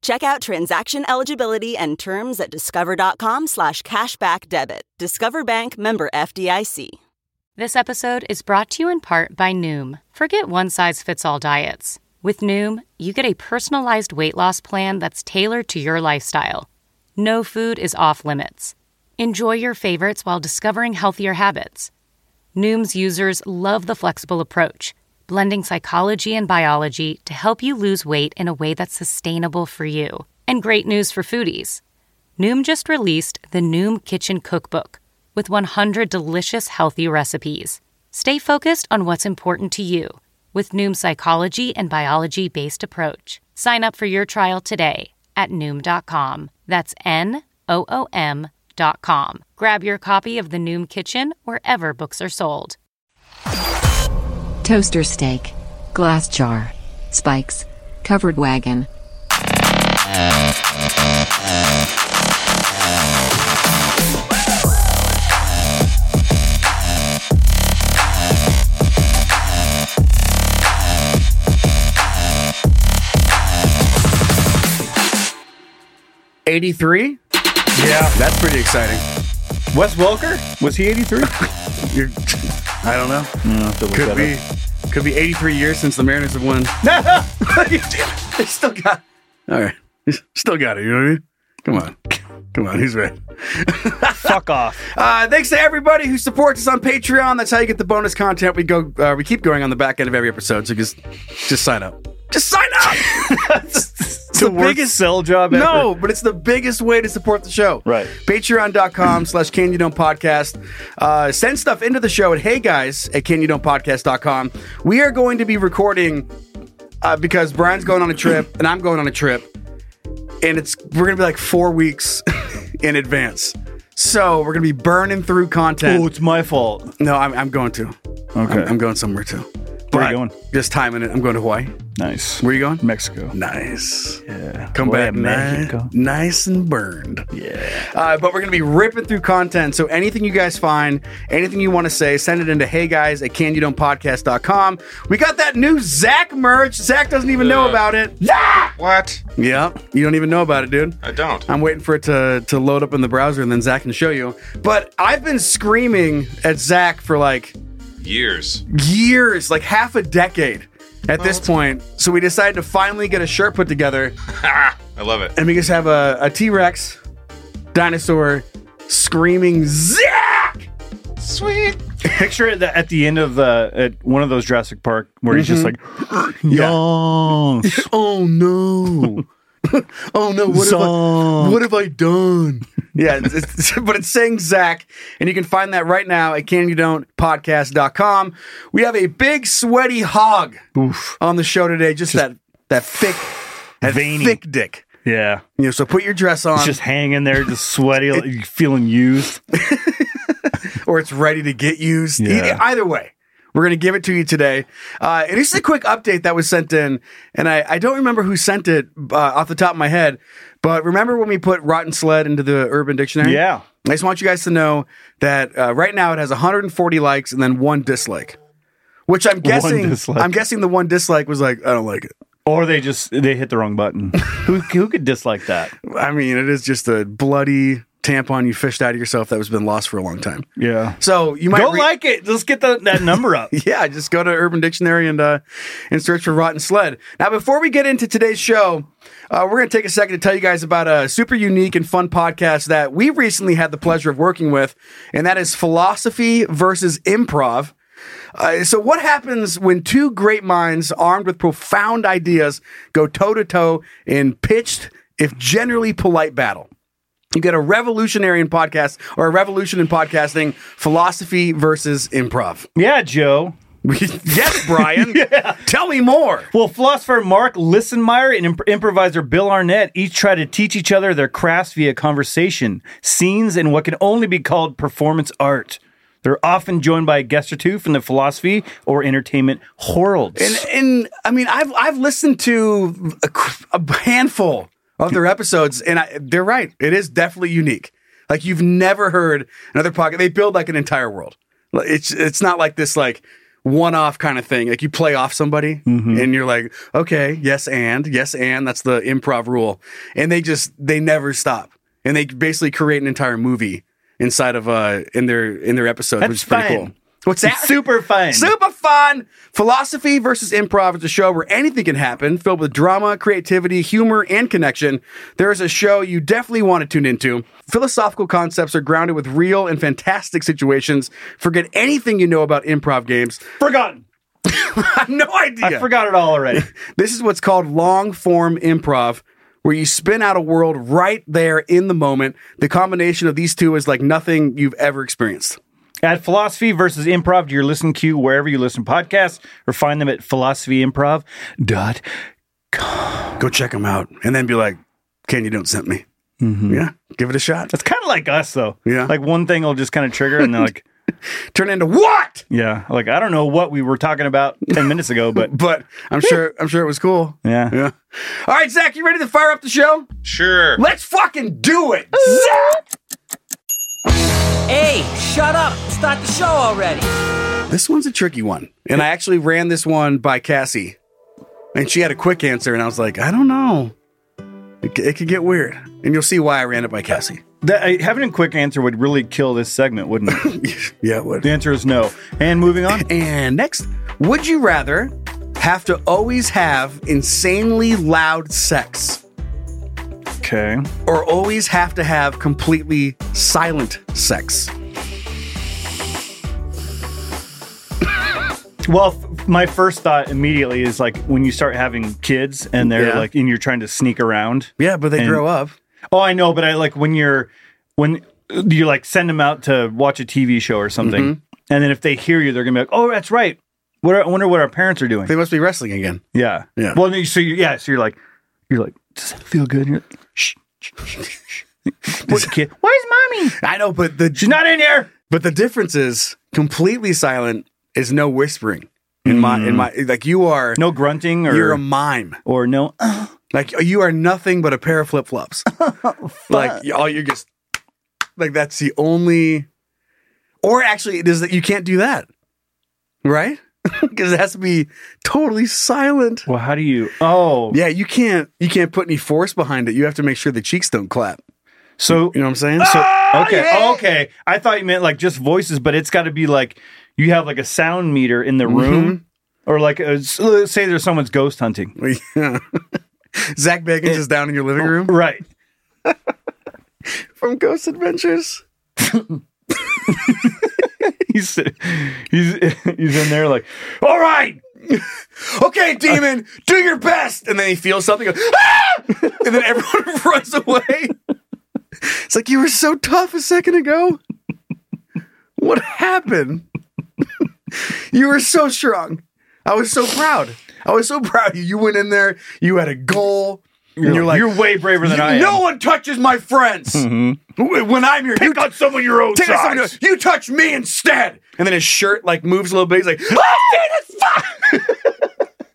Check out transaction eligibility and terms at discover.com slash cashback debit. Discover Bank member FDIC. This episode is brought to you in part by Noom. Forget one size fits all diets. With Noom, you get a personalized weight loss plan that's tailored to your lifestyle. No food is off limits. Enjoy your favorites while discovering healthier habits. Noom's users love the flexible approach, blending psychology and biology to help you lose weight in a way that's sustainable for you. And great news for foodies Noom just released the Noom Kitchen Cookbook with 100 delicious healthy recipes. Stay focused on what's important to you with Noom's psychology and biology based approach. Sign up for your trial today at Noom.com. That's N O O M.com. Grab your copy of The Noom Kitchen wherever books are sold. Toaster steak. Glass jar. Spikes. Covered wagon. Eighty-three. Yeah, That's pretty exciting. Wes Welker was he eighty three? You're, I don't know. Could be. Could be 83 years since the Mariners have won. they still got. All right. Still got it. You know what I mean? Come on. Come on. He's right. Fuck off. Uh, thanks to everybody who supports us on Patreon. That's how you get the bonus content. We go, uh, we keep going on the back end of every episode. So just, just sign up. Just sign up. It's the biggest Oh, sell job ever. No, but it's the biggest way to support the show. Right. Patreon.com slash Can You Don't Podcast. Uh, send stuff into the show at hey guys at Can You Don't Podcast.com. We are going to be recording uh, because Brian's going on a trip and I'm going on a trip. And it's we're gonna be like four weeks in advance. So we're gonna be burning through content. Oh, it's my fault. No, I'm, I'm going to. Okay. I'm, I'm going somewhere too. Where are But you going? Just timing it. I'm going to Hawaii. Nice. Where you going? Mexico. Nice. Yeah. Come Way back in Mexico. ni- nice and burned. Yeah. Uh, but we're going to be ripping through content. So anything you guys find, anything you want to say, send it into hey guys at candydomepodcast.com. We got that new Zach merch. Zach doesn't even know about it. What? Yeah. You don't even know about it, dude. I don't. I'm waiting for it to, to load up in the browser and then Zach can show you. But I've been screaming at Zach for like Years. years, like half a decade at this point. So we decided to finally get a shirt put together I love it. and we just have a, a T Rex dinosaur screaming Zach! Sweet. Picture it at the end of the at one of those Jurassic Park where he's just like, "Yes." Oh no. oh no, what have, I, Zonk. what have I done? yeah, it's, it's- but it's saying Zach, and you can find that right now at canyoudon'tpodcast.com. We have a big sweaty hog on the show today, just, that that thick that Veiny. thick dick. yeah. You know, so put your dress on It's just hanging there, just sweaty, like, feeling used. or it's ready to get used. E- Yeah. Either way, we're going to give it to you today. Uh, and this is a quick update that was sent in, and I, I don't remember who sent it uh, off the top of my head, but remember when we put Rotten Sled into the Urban Dictionary? Yeah. I just want you guys to know that uh, right now it has 140 likes and then one dislike. Which I'm guessing, dislike. I'm guessing the one dislike was like, I don't like it. Or they just they hit the wrong button. who who could dislike that? I mean, it is just a bloody tampon you fished out of yourself that was been lost for a long time. Yeah. So you might Go re- like it. Let's get the, that number up. yeah, just go to Urban Dictionary and uh, and search for Rotten Sled. Now, before we get into today's show, uh, we're going to take a second to tell you guys about a super unique and fun podcast that we recently had the pleasure of working with, and that is Philosophy versus Improv. Uh, so, what happens when two great minds armed with profound ideas go toe to toe in pitched, if generally polite, battle? You get a revolutionary in podcast or a revolution in podcasting, philosophy versus improv. Yeah, Joe. yes, Brian. Tell me more. Well, philosopher Mark Lissenmeyer and imp- improviser Bill Arnett each try to teach each other their crafts via conversation, scenes, and what can only be called performance art. They're often joined by a guest or two from the philosophy or entertainment worlds. And, and I mean, I've I've listened to a, cr- a handful of their episodes, and I, they're right. It is definitely unique. Like you've never heard another podcast. They build like an entire world. Like, It's it's not like this like one off kind of thing. Like you play off somebody, and you're like, okay, yes, and yes, and that's the improv rule. And they just they never stop, and they basically create an entire movie inside of uh in their in their episodes, which That's is pretty fun. cool. What's that? Super fun. Super fun. Philosophy versus improv is a show where anything can happen, filled with drama, creativity, humor, and connection. There is a show you definitely want to tune into. Philosophical concepts are grounded with real and fantastic situations. Forget anything you know about improv games. Forgotten. I have no idea. I forgot it all already. This is what's called long form improv, where you spin out a world right there in the moment. The combination of these two is like nothing you've ever experienced. Add philosophy versus improv to your listen queue wherever you listen podcasts or find them at philosophyimprov.com. Go check them out and then be like, can you don't send me? Yeah, give it a shot. It's kind of like us, though. Yeah. Like one thing will just kind of trigger and they're like, turn into what? yeah, like I don't know what we were talking about 10 minutes ago, but But I'm sure I'm sure it was cool. Yeah. Yeah. All right, Zach, you ready to fire up the show? Sure. Let's fucking do it. Zach! Hey, shut up! Start the show already! This one's a tricky one. And I actually ran this one by Cassie. And she had a quick answer, and I was like, I don't know. It, c- it could get weird. And you'll see why I ran it by Cassie. that, I, having a quick answer would really kill this segment, wouldn't it? Yeah, it would. the answer is no. And moving on. And next, would you rather have to always have insanely loud sex Okay. or always have to have completely silent sex? Well, f- my first thought immediately is like when you start having kids and they're Yeah. like, and you're trying to sneak around. Yeah, but they And- grow up. Oh, I know, but I like when you're when you like send them out to watch a TV show or something, Mm-hmm. and then if they hear you, they're gonna be like, "Oh, that's right. What are, I wonder what our parents are doing." They must be wrestling again. yeah, Yeah. Well, then you- so you, yeah, so you're like, you're like, does that feel good? And you're like, shh, shh, shh, shh. What kid? Where's mommy? I know, but the She's not in here. but the difference is completely silent is no whispering. In my in my like you are No grunting or you're a mime. or no. Like you are nothing but a pair of flip flops. like you- all you're just like that's the only. Or actually, it is that you can't do that, right? Because it has to be totally silent. Well, how do you? Oh, Yeah, you can't you can't put any force behind it. You have to make sure the cheeks don't clap. so You know what I'm saying? So So okay, okay. I thought you meant like just voices, but it's got to be like you have like a sound meter in the Mm-hmm. room, or like a, s- let's say there's someone's ghost hunting, Zach Bagans is down in your living room right? from Ghost Adventures. He's he's he's in there like, all right, okay, demon, do your best. And then he feels something, goes, ah! and then everyone runs away. It's like you were so tough a second ago. What happened? you were so strong. I was so proud. I was so proud. of You You went in there. You had a goal. and you're like, you're way braver than I am. Mm-hmm. no one touches my friends Wh- when I'm here. you pick on someone your own Take it size. somewhere else. You touch me instead. And then his shirt like moves a little bit. He's like, oh, shit,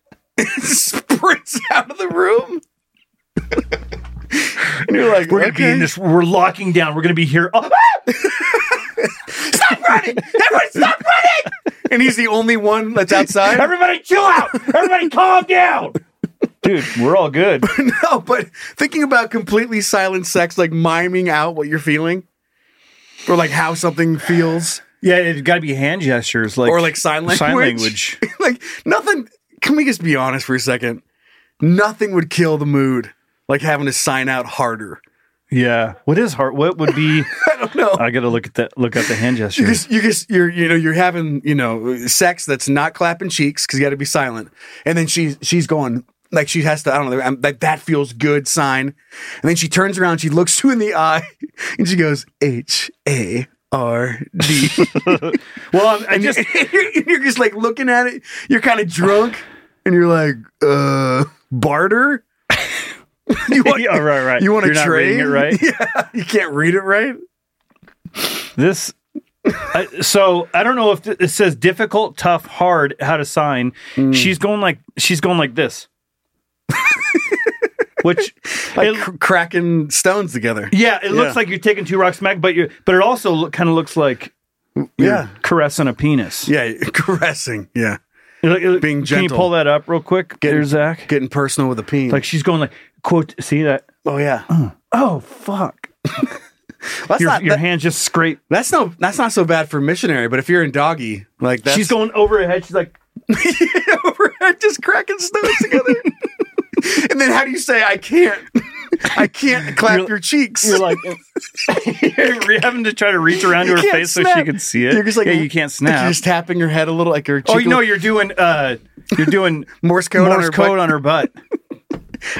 it's fuck. sprints out of the room. and you're like, We're gonna be "Okay." in this. We're locking down. We're gonna be here. Oh, Stop running! Everybody, stop running! And he's the only one that's outside. everybody, chill out. Everybody, calm down. Dude, we're all good. no, but thinking about completely silent sex, like miming out what you're feeling, or like how something feels, Yeah, it's got to be hand gestures, like or like sign language. Sign language. like nothing. Can we just be honest for a second? Nothing would kill the mood like having to sign out harder. Yeah. What is heart? What would be? I don't know. I gotta look at that. Look up the hand You gestures. just, you just, you're, you know, you're having, you know, sex that's not clapping cheeks because you got to be silent, and then she's, she's going like she has to, I don't know, I'm, like that feels good sign, and then she turns around, she looks you in the eye, and she goes H A R D. Well, I'm, I And just just you're, you're just like looking at it. You're kind of drunk, and you're like, uh, barter. you want, yeah, right, right. You want to You're not trade? reading it right? Yeah, you can't read it right. This. I, so I don't know if th- it says difficult, tough, hard. How to sign? Hmm. She's going like she's going like this. Which, Like it- cr- cracking stones together. yeah, Yeah. it looks like you're taking two rocks back, but you but it also look, kind of looks like Yeah, caressing a penis. yeah, caressing. Yeah, It look- it look- Being Can gentle. you pull that up real quick, Getting- there, Zach? getting personal with a peen. Like she's going like quote. See that? oh yeah, Oh fuck! that's Your, not your that- hands just scrape. that's no that's not so bad for missionary. But if you're in doggy, like that's she's going over her head. She's like, overhead just cracking stones together. and then how do you say I can't? I can't clap your cheeks. you're like, you're having to try to reach around to her You can't face so she snap. can see it. You're just like yeah, you can't snap. You're just tapping your head a little, like your cheek oh, you know, you're doing, uh, you're doing Morse code on Morse her code butt. on her butt.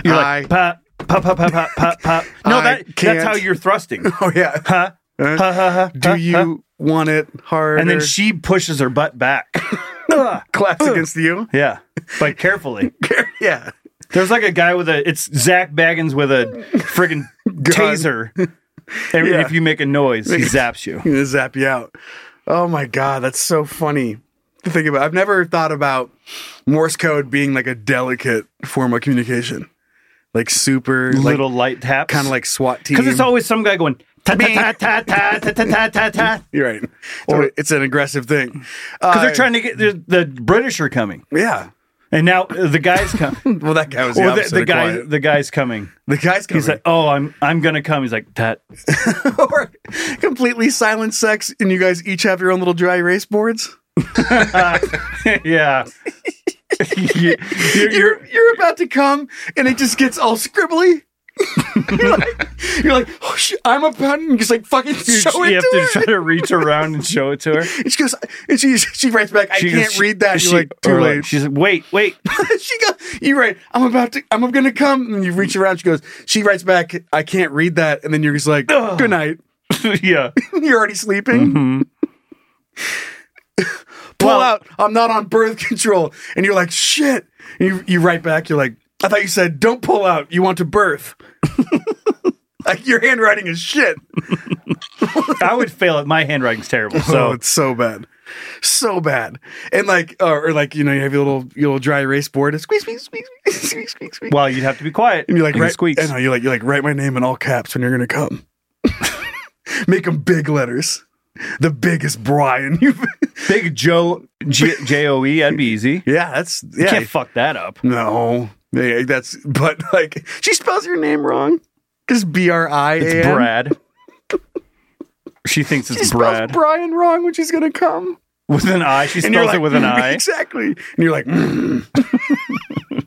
You're like, I- pop, pop, pop, pop, pop, pop, pop. No, I that, can't. that's how you're thrusting. Oh yeah. Huh? Uh, Ha, ha, ha, do ha, you ha. want it harder? And then she pushes her butt back. claps against you. yeah, but carefully. yeah. There's like a guy with a it's Zach Baggins with a friggin' taser. And Yeah. if you make a noise, he zaps you. Gonna zap you out. Oh my god, that's so funny to think about. I've never thought about Morse code being like a delicate form of communication, like super Little light taps, kind of like SWAT team. because it's always some guy going ta ta ta ta ta ta ta ta ta. You're right. Or it's an aggressive thing. Uh, Because they're trying to get the, the British are coming, Yeah. and now uh, the guys come. Well, that guy was the, Or the, opposite the of guy, quiet. the guy's coming. The guy's coming. He's like, "Oh, I'm, I'm gonna come." He's like, "That." or completely silent sex, and you guys each have your own little dry erase boards. yeah. You- you're- you're- You're you're about to come, and it just gets all scribbly. you're like, you're like, oh, sh- I'm about, and you just like fucking show it you have to to her. try to reach around and show it to her. and she goes, and she she writes back, I She goes, can't read that. she- you're like, too or late. She's like, "Wait, wait." she goes, you're right. I'm about to, I'm gonna come. And you reach around. She goes, she writes back, I can't read that. And then you're just like, good night. yeah. You're already sleeping. Pull Mm-hmm. Well- out. I'm not on birth control. And you're like, shit. And you, you write back. You're like, I thought you said, don't pull out. You want to birth. like, your handwriting is shit. I would fail it. My handwriting's terrible. So So Oh, it's so bad. So bad. And like, uh, or, or like, you know, you have your little, your little dry erase board. And squeeze, squeeze, squeeze, squeeze, squeeze, squeeze, squeeze. well, you'd have to be quiet. And you're like, it write, squeaks. I know, you're like, you're like, write my name in all caps when you're gonna come. Make them big letters. The biggest Brian you've Big Joe J J O E. That'd be easy. Yeah, that's You yeah. can't fuck that up. no, yeah, that's but like she spells your name wrong. Because B R I A It's N. Brad. She thinks She it's spells Brad Brian wrong when she's gonna come. with an I. She And you're spells it like, with an "Mm, I. Exactly. And you're like. "Mm."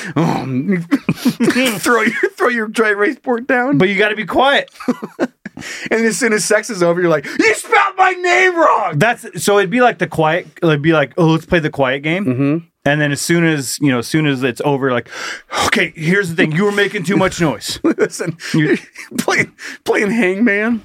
oh, throw your throw your dry erase board down. But you got to be quiet. and as soon as sex is over, you're like, you spelled my name wrong. That's so it'd be like the quiet. It'd be like, oh, let's play the quiet game. Mm-hmm. And then as soon as you know, as soon as it's over, like, okay, here's the thing. You were making too much noise. Listen, playing playing hangman,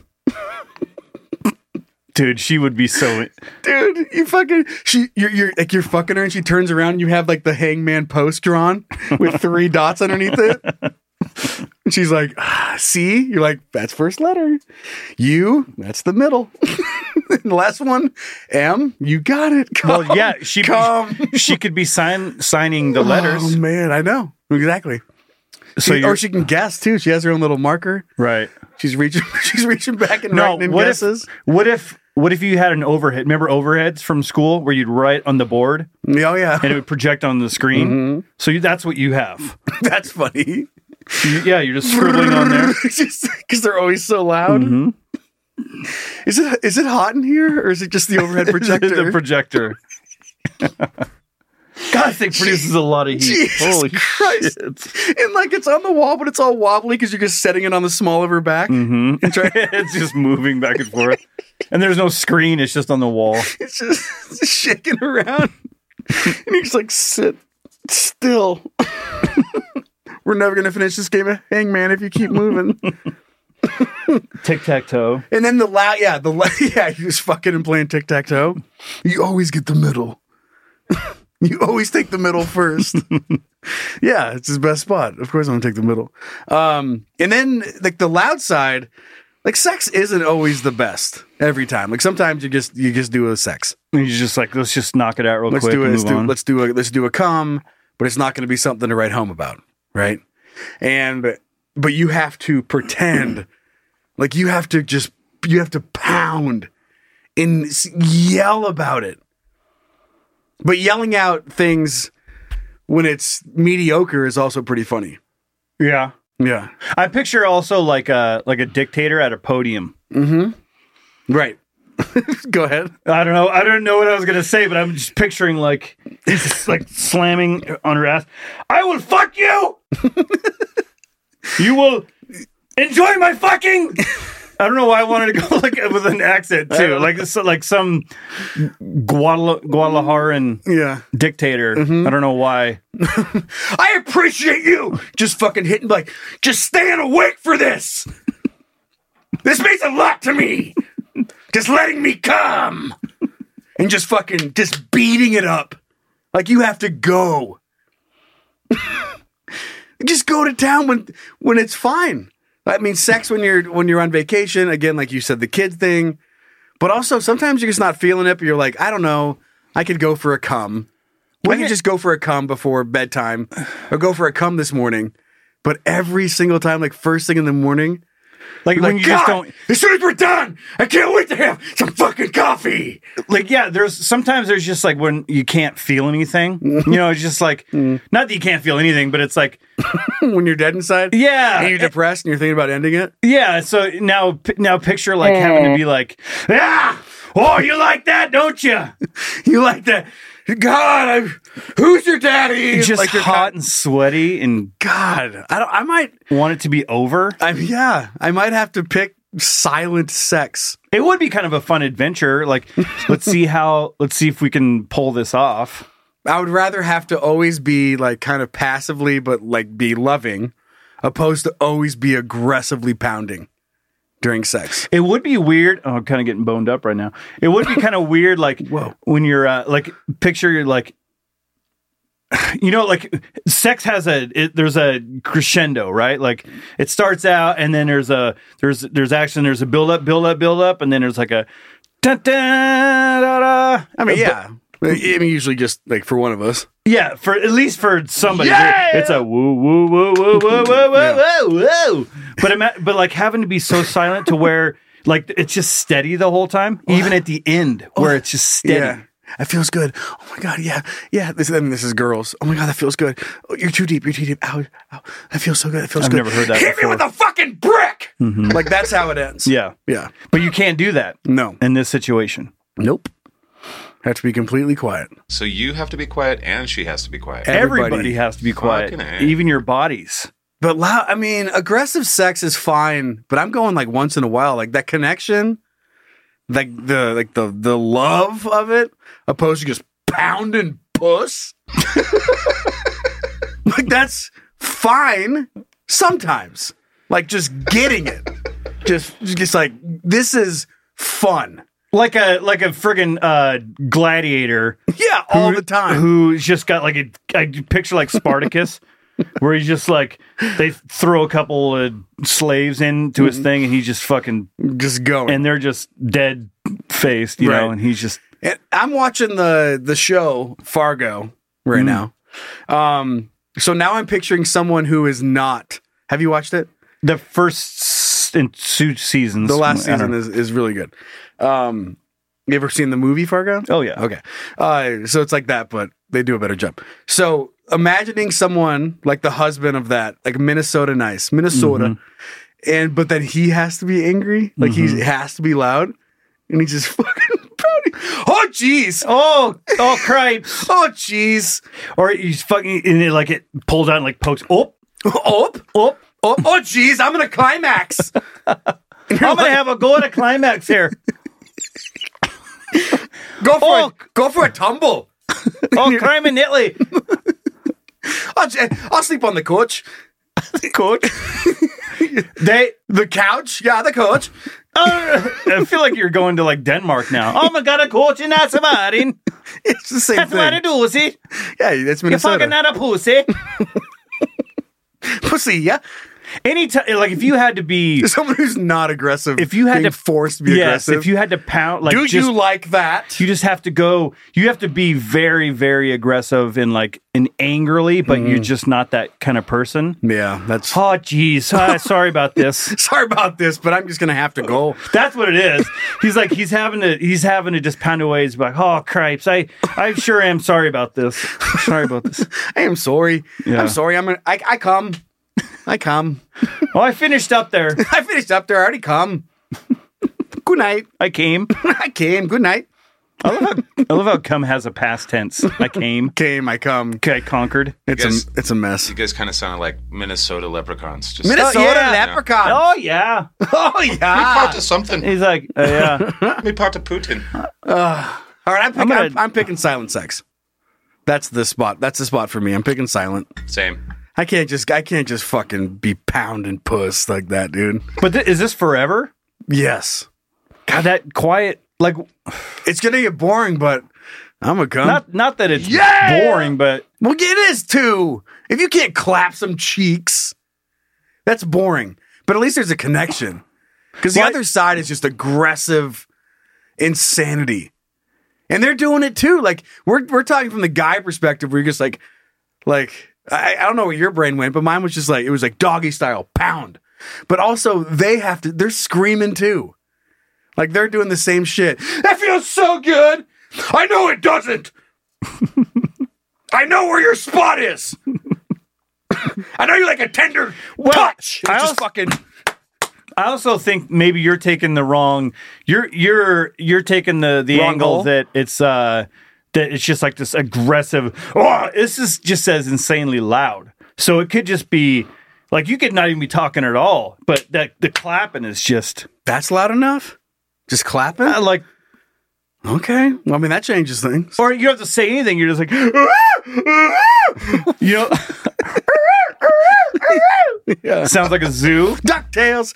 Dude, she would be so. dude. You fucking she. You're, you're like you're fucking her, and she turns around. and You have like the hangman post drawn with three dots underneath it. And she's like, ah, "See," you're like, "That's first letter. You, that's the middle. and the last one, M. You got it. Come, Well, yeah, she come. she could be sign signing the Oh letters. man, I know exactly. so She- you're or she can guess too. She has her own little marker. right. She's reaching. She's reaching back and No, writing in what guesses. if what if what if you had an overhead? Remember overheads from school where you'd write on the board oh yeah, and it would project on the screen. So you, that's what you have. Mm-hmm. that's funny. You- yeah, you're just scribbling on there. because they're always so loud. Is it is it hot in here, or is it just the overhead projector? the projector. God, this thing produces a lot of heat. Jesus Holy Christ. shit! and like it's on the wall, but it's all wobbly because you're just setting it on the small of her back. And try- Hmm. it's just moving back and forth, and there's no screen. It's just on the wall. it's just shaking around, and you're just like sit still. We're never gonna finish this game of Hangman if you keep moving. Tic tac toe. And then the loud, yeah, the la- yeah, he was fucking and playing tic tac toe. You always get the middle. you always take the middle first. yeah, it's his best spot. Of course, I'm gonna take the middle. Um, and then like the loud side, like sex isn't always the best every time. Like sometimes you just you just do a sex. And he's just like, let's just knock it out real Let's quick. do it. and Let's move do, on. let's do a let's do a cum, but it's not going to be something to write home about, right? And but you have to pretend, like you have to just you have to pound and s- yell about it. But yelling out things when it's mediocre is also pretty funny. yeah. Yeah, I picture also like a like a dictator at a podium. right. Go ahead. I don't know. I don't know what I was gonna say, but I'm just picturing like he's just like slamming on her ass. I will fuck you. you will enjoy my fucking. I don't know why I wanted to go like with an accent too, like so, like some Guadala- Guadalajaran Yeah. dictator. Mm-hmm. I don't know why. I appreciate you just fucking hitting like just staying awake for this. this means a lot to me. Just letting me come and just fucking just beating it up. Like you have to go. just go to town when when it's fine. I mean sex when you're when you're on vacation, again like you said the kid thing, but also sometimes you're just not feeling it but you're like, I don't know, I could go for a cum. I could just go for a cum before bedtime or go for a cum this morning. But every single time, like first thing in the morning, Like, like, when you God, just don't. as soon as we're done, I can't wait to have some fucking coffee. like yeah there's sometimes there's just like when you can't feel anything you know it's just like Mm-hmm. not that you can't feel anything but it's like when you're dead inside? Yeah. And you're depressed and you're thinking about ending it? yeah so now p- now picture like having to be like ah oh you like that don't you You like that? God, I'm, who's your daddy? just like you're hot kind- and sweaty and God, I don't. I might. want it to be over I'm. Yeah, I might have to pick silent sex. it would be kind of a fun adventure like let's see how let's see if we can pull this off I would rather have to always be like kind of passively, but like be loving, opposed to always be aggressively pounding during sex. It would be weird. Oh, I'm kind of getting boned up right now. It would be kind of weird, like Whoa. when you're uh, like picture you're like, you know, like sex has a it, there's a crescendo, right? Like it starts out and then there's a there's there's action, there's a build up, build up, build up, and then there's like a dun, dun, da, da. I mean, yeah. I mean, usually just like for one of us. Yeah, for at least for somebody, it's a woo woo woo woo woo woo woo woo woo. But ima- but like having to be so silent to where like it's just steady the whole time, even at the end where it's just steady. Yeah. That feels good. Oh my god, yeah, yeah. This, I mean, this is girls. Oh my god, that feels good. Oh, you're too deep. You're too deep. Ow, ow. That feels so good. That feels I've good. never heard that Hit before. me with a fucking brick. Like that's how it ends. Yeah, yeah. but you can't do that No. in this situation. Nope. Have to be completely quiet. So you have to be quiet and she has to be quiet. Everybody, Everybody. has to be quiet, Fucking A. even your bodies. But loud. I mean, aggressive sex is fine. But I'm going like once in a while, like that connection, like the like the the love of it, opposed to just pounding puss. like that's fine sometimes. Like just getting it, just just like this is fun. Like a like a friggin' uh, gladiator Yeah, all the time. who's just got like a I picture like Spartacus, where he's just like they throw a couple of slaves into Mm-hmm. his thing, and he just fucking just going. and they're just dead faced, you know, Right. and he's just And I'm watching the the show Fargo right Hmm. now. Um, so now I'm picturing someone who is not. Have you watched it? the first s- in two seasons. The last I don't season know. is, is really good. Um, you ever seen the movie Fargo? Oh yeah, Okay. Uh, so it's like that, but they do a better job. So imagining someone like the husband of that, like Minnesota nice, Minnesota, Mm-hmm. and but then he has to be angry, like he has to be loud, and he's just fucking pouting. Oh jeez. Oh, oh, cripes! Oh jeez. or he's fucking and it, like it pulls out and like pokes. Oh, Oh, oh! oh, oh, jeez, I'm gonna climax. I'm gonna have a go at a climax here. Go for Oh. a, go for a tumble. Oh, crime in Italy, I'll, j- I'll sleep on the couch. coach. They. The couch? Yeah, the couch. I feel like you're going to like Denmark now. Oh my god, a coach in that's about it. It's the same That's thing. what I do, see? Yeah, it's You're Minnesota. fucking not a pussy. Pussy, yeah. Anytime, like if you had to be, Someone who's not aggressive. if you had being to forced to be yes, aggressive. if you had to pound, like do just- you like that? you just have to go you have to be very very aggressive and like and angrily but Mm. you're just not that kind of person yeah, that's. oh jeez Ah, sorry about this Sorry about this, but I'm just gonna have to go. that's what it is he's like he's having to he's having to just pound away he's like oh cripes i i sure am sorry about this sorry about this I am sorry. Yeah. I'm sorry. I'm. A, I, am I come. I come. oh i finished up there I finished up there. I already come. Good night. i came I came. Good night. i love how i love how come has a past tense i came Came. I come. okay i conquered It's guys- a. It's a mess. You guys kind of sounded like Minnesota leprechauns. Just Minnesota Oh, yeah. leprechaun. oh yeah Oh Be yeah. part of something. he's like uh, yeah Be part of Putin. All right. I'm picking. I'm, gonna- I'm picking silent sex. That's the spot. That's the spot for me. I'm picking silent. Same. I can't just. I can't just fucking be pounding puss like that, dude. but th- is this forever Yes. god that quiet like It's gonna get boring, but I'm gonna come. Not not that it's Um, Yeah! boring, but well, it is too. If you can't clap some cheeks, that's boring. But at least there's a connection. Because the Well, I- other side is just aggressive insanity. And they're doing it too. Like we're we're talking from the guy perspective where you're just like, like, I, I don't know where your brain went, but mine was just like it was like doggy style, pound. But also they have to they're screaming too. Like they're doing the same shit. That feels so good. I know it doesn't. I know where your spot is. I know you like a tender touch. I It's just also- fucking I also think maybe you're taking the wrong you're you're you're taking the the Wrong angle goal? that it's uh that it's just like this aggressive oh this is just says insanely loud. So it could just be like you could not even be talking at all, but that the clapping is just That's loud enough? Just clapping? uh, like Okay. Well, I mean, that changes things. or you don't have to say anything, you're just like you know Yeah. sounds like a zoo. DuckTales.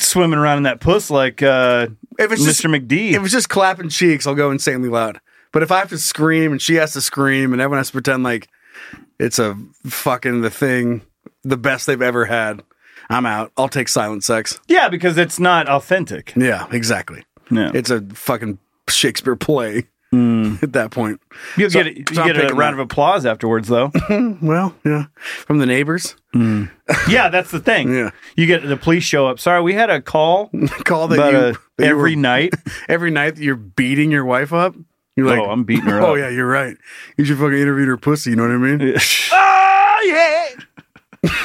Swimming around in that puss like uh if it's just Mr. McD. if it's just clapping cheeks, I'll go insanely loud. But if I have to scream and she has to scream and everyone has to pretend like it's a fucking the thing, the best they've ever had, I'm out. I'll take silent sex. yeah, because it's not authentic. Yeah, exactly. No. It's a fucking Shakespeare play Mm. at that point. You'll So- get, a- you so I'm get a picking round that. of applause afterwards, though. Well, yeah, from the neighbors. yeah, that's the thing. Yeah. You get the police show up. Sorry, we had a call Call that about you uh, that you every were- night. every night that you're beating your wife up. You're like, oh, I'm beating her oh up. yeah, you're right. You should fucking interview her pussy. You know what I mean?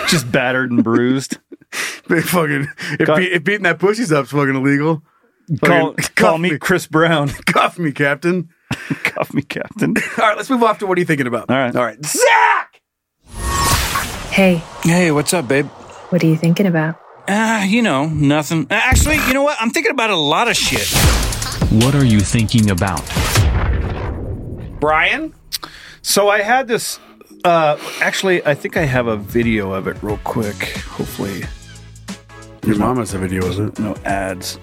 Just battered and bruised. They fucking if, Cut. be, if beating that pussy's up's fucking illegal. call Fucking call cuff me Chris Brown. cuff me, Captain. cuff me, Captain. All right, let's move off to what are you thinking about? All right. all right, Zach. Hey, Hey, what's up, babe? what are you thinking about? Ah, you know, nothing. Uh, Actually, you know what? I'm thinking about a lot of shit. What are you thinking about? Brian, So I had this. Uh, actually, I think I have a video of it real quick. Hopefully, your mom has a video, is it? no ads.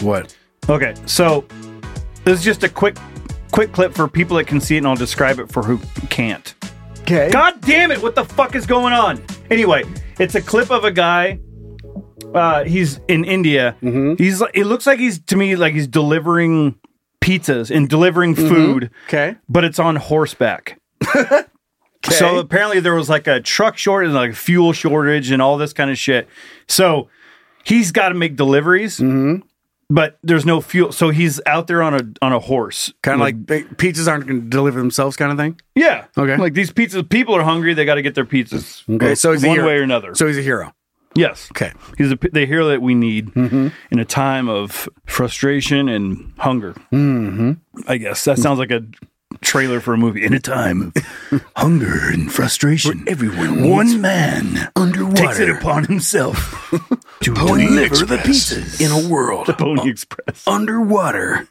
What? Okay, so this is just a quick, quick clip for people that can see it, and I'll describe it for who can't. Okay. God damn it! What the fuck is going on? Anyway, it's a clip of a guy. Uh, he's in India. Mm-hmm. He's. like- It looks like he's to me like he's delivering pizzas and delivering Mm-hmm. food, Okay. but it's on horseback. Okay. So apparently there was like a truck shortage, like fuel shortage, and all this kind of shit. So he's got to make deliveries, Mm-hmm. but there's no fuel. So he's out there on a on a horse, Kind of like they- pizzas aren't going to deliver themselves, kind of thing. yeah, Okay. Like these pizzas, people are hungry. They got to get their pizzas. Okay, so he's a one hero. way or another. So he's a hero. yes, Okay. He's a, the hero that we need Mm-hmm. in a time of frustration and hunger. Mm-hmm. I guess that sounds like a trailer for a movie. In a time of hunger and frustration, everyone one man underwater. takes it upon himself to deliver the pizzas in a Oh. world Pony Express. underwater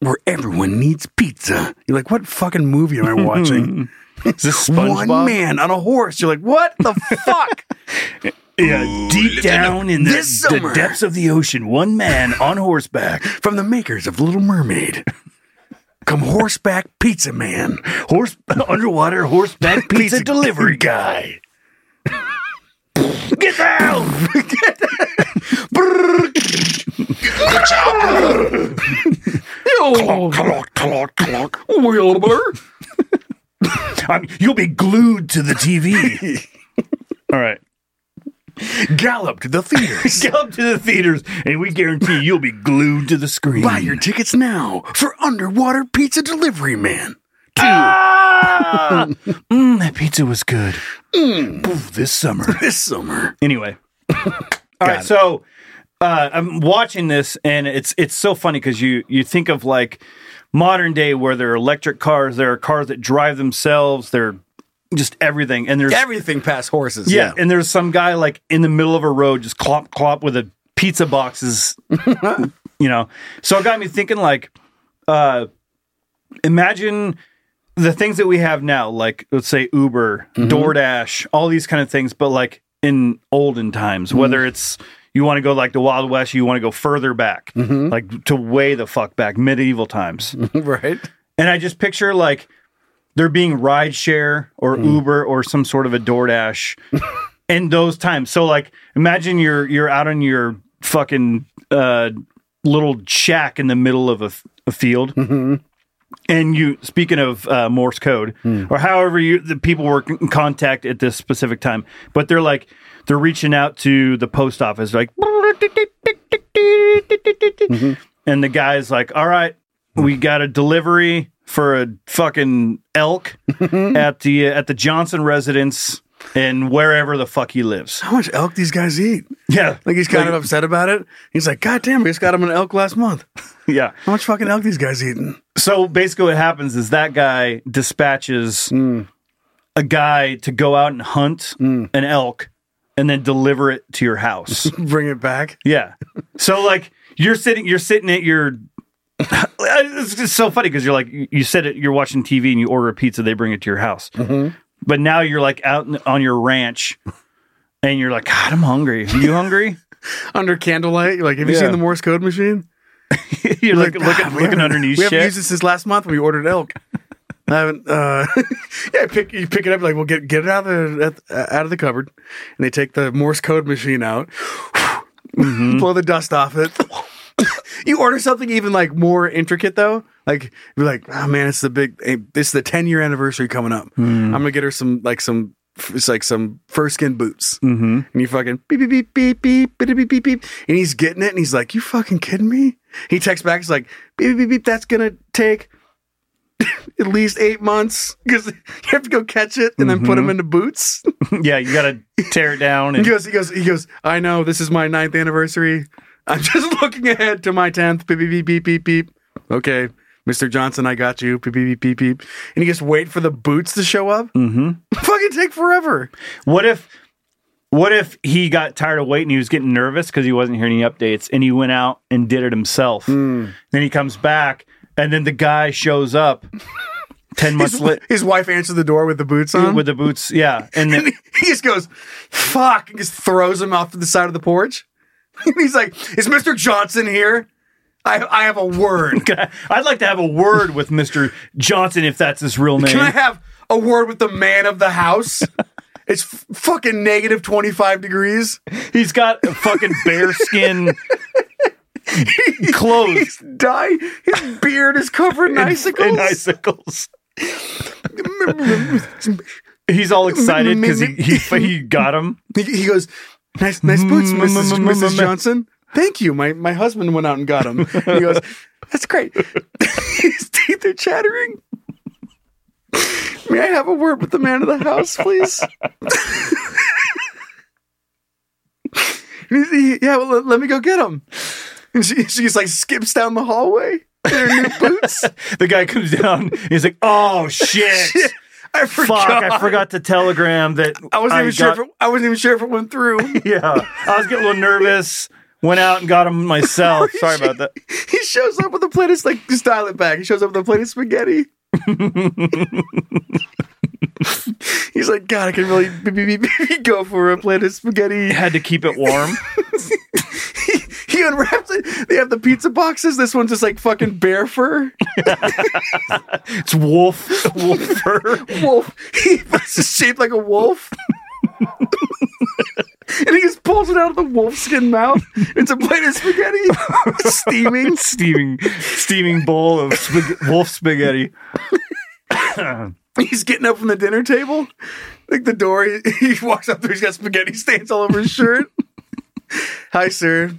where everyone needs pizza. You're like, what fucking movie am I watching? Is this One SpongeBob? man on a horse. You're like, what the fuck? Yeah, deep down in the, This the summer. depths of the ocean, one man on horseback, From the makers of Little Mermaid, come horseback pizza man. horse underwater horseback pizza delivery guy. Get down! Clock, clock, clock, clock. Wilbur. I'm, you'll be glued to the TV. All right. Gallop to the theaters. Come to the theaters, and we guarantee you'll be glued to the screen. Buy your tickets now for Underwater Pizza Delivery Man. Ah! mm, that pizza was good. Oof, this summer. This summer. Mm. Anyway. All right, so uh, I'm watching this, and it's it's so funny because you you think of like modern day where there are electric cars, there are cars that drive themselves, they're just everything, and there's Everything past horses. yeah, and there's some guy like in the middle of a road just clop clop with a pizza boxes, you know. So it got me thinking like uh imagine the things that we have now, like let's say Uber, DoorDash, all these kind of things, but like in olden times, whether it's you want to go like the Wild West, you want to go further back, like to way the fuck back, medieval times. Right? And I just picture like there being rideshare or Uber or some sort of a DoorDash in those times. So like imagine you're you're out on your fucking uh little shack in the middle of a, f- a field. And you, speaking of uh, Morse code, or however you the people were in contact at this specific time, but they're like they're reaching out to the post office, like, and the guy's like, "All right, we got a delivery for a fucking elk at the at the Johnson residence and wherever the fuck he lives." How much elk these guys eat? Yeah, Like he's kind of upset about it. He's like, God damn, we just got him an elk last month. yeah. How much fucking elk these guys eating? So basically, what happens is that guy dispatches Mm. a guy to go out and hunt an elk and then deliver it to your house. Bring it back. yeah. So like you're sitting, you're sitting at your. it's just so funny because you're like you said it. You're watching TV and you order a pizza, they bring it to your house. Mm-hmm. But now you're like out in- on your ranch, and you're like, God, I'm hungry. Are you hungry? Under candlelight. You're like, have you Yeah. seen the Morse code machine? you're like, "God, looking, we looking haven't- underneath We shit. haven't used this since last month when we ordered elk. I haven't. Uh, yeah, pick you pick it up. Like, well, get get it out of the uh, out of the cupboard, and they take the Morse code machine out, Mm-hmm. blow the dust off it. you order something even like more intricate though. Like, be like, oh man, it's the big, it's the ten year anniversary coming up. I'm gonna get her some like some. It's like some fur skin boots, mm-hmm. and you fucking beep beep beep beep beep beep beep beep beep, and he's getting it, and he's like, "You fucking kidding me?" He texts back, he's like, "Beep beep beep, beep that's gonna take at least eight months because you have to go catch it and then put him into boots. yeah, you gotta tear it down. He And goes, he goes, he goes. I know this is my ninth anniversary. I'm just looking ahead to my tenth. Beep beep beep beep beep beep. Okay, Mr. Johnson, I got you. Beep beep beep beep beep. And he just wait for the boots to show up. Mm-hmm. Fucking take forever. What if what if he got tired of waiting? He was getting nervous because he wasn't hearing any updates and he went out and did it himself. Hmm. Then he comes back and then the guy shows up 10 months His, later his wife answered the door with the boots on. with the boots. Yeah. And then, he just goes, fuck, and just throws him off to the side of the porch. He's like, is Mr. Johnson here? I, I have a word. I'd like to have a word with Mr. Johnson if that's his real name. Can I have a word with the man of the house? It's f- fucking negative 25 degrees. He's got a fucking bearskin clothes He's die. His beard is covered in icicles. and icicles. He's all excited because he, he, he got him. He, he goes, nice, nice boots, Mm, Mrs. mm, mm, mm, Mrs. mm. Johnson. Thank you. My my husband went out and got him. And he goes, that's great. His teeth are chattering. May I have a word with the man of the house, please? And he's- he- yeah, well, let, let me go get him. And she, she's like skips down the hallway. in her new boots. The guy comes down. He's like, "Oh shit! I Fuck! forgot. I forgot to telegram that I wasn't even sure. got- If it, I wasn't even sure if it went through. yeah, I was getting a little nervous. Went out and got him myself. Sorry about that. He shows up with a plate of like just dial it back. He shows up with a plate of spaghetti. He's like, God, I can really b- b- b- b- go for a plate of spaghetti. Had to keep it warm. He unwraps it. They have the pizza boxes. This one's just like fucking bear fur. It's wolf, wolf fur. wolf. He is shaped like a wolf. and he just pulls it out of the wolfskin mouth. It's a plate of spaghetti, steaming. steaming, steaming bowl of spag- wolf spaghetti. He's getting up from the dinner table. Like the door, he, he walks up there. He's got spaghetti stains all over his shirt. Hi, sir.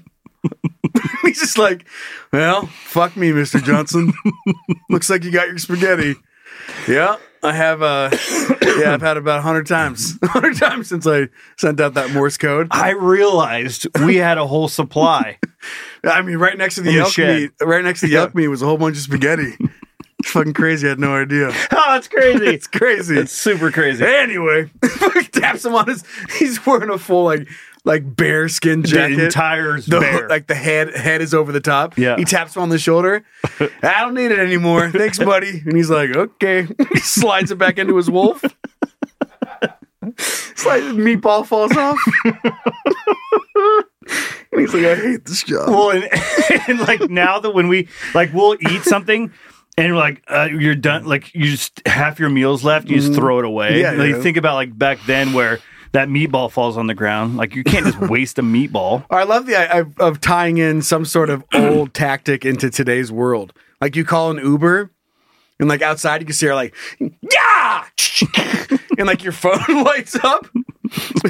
He's just like, well, fuck me, Mr. Johnson. Looks like you got your spaghetti. Yeah, I have. Uh, yeah, I've had about hundred times, hundred times since I sent out that Morse code. I realized we had a whole supply. I mean, right next to the In the elk shed. meat, right next to the elk meat was a whole bunch of spaghetti. it's fucking crazy. I had no idea. oh, it's crazy. It's crazy. It's super crazy. anyway, he taps him on his. He's wearing a full like like bear skin jacket. The entire The- bear. like the head head is over the top. Yeah. He taps him on the shoulder. I don't need it anymore. Thanks, buddy. And he's like, okay. he slides it back into his wolf. Slides meatball falls off. and he's like, I hate this job. well, and, and like now that when we like we'll eat something. And we're like uh, you're done, like you just half your meals left, you just throw it away. Mm. Yeah, like, yeah. Think about like back then where that meatball falls on the ground. Like you can't just waste a meatball. I love the idea of, of tying in some sort of old tactic into today's world. Like you call an Uber, and like outside you can see her like, yeah, and like your phone lights up.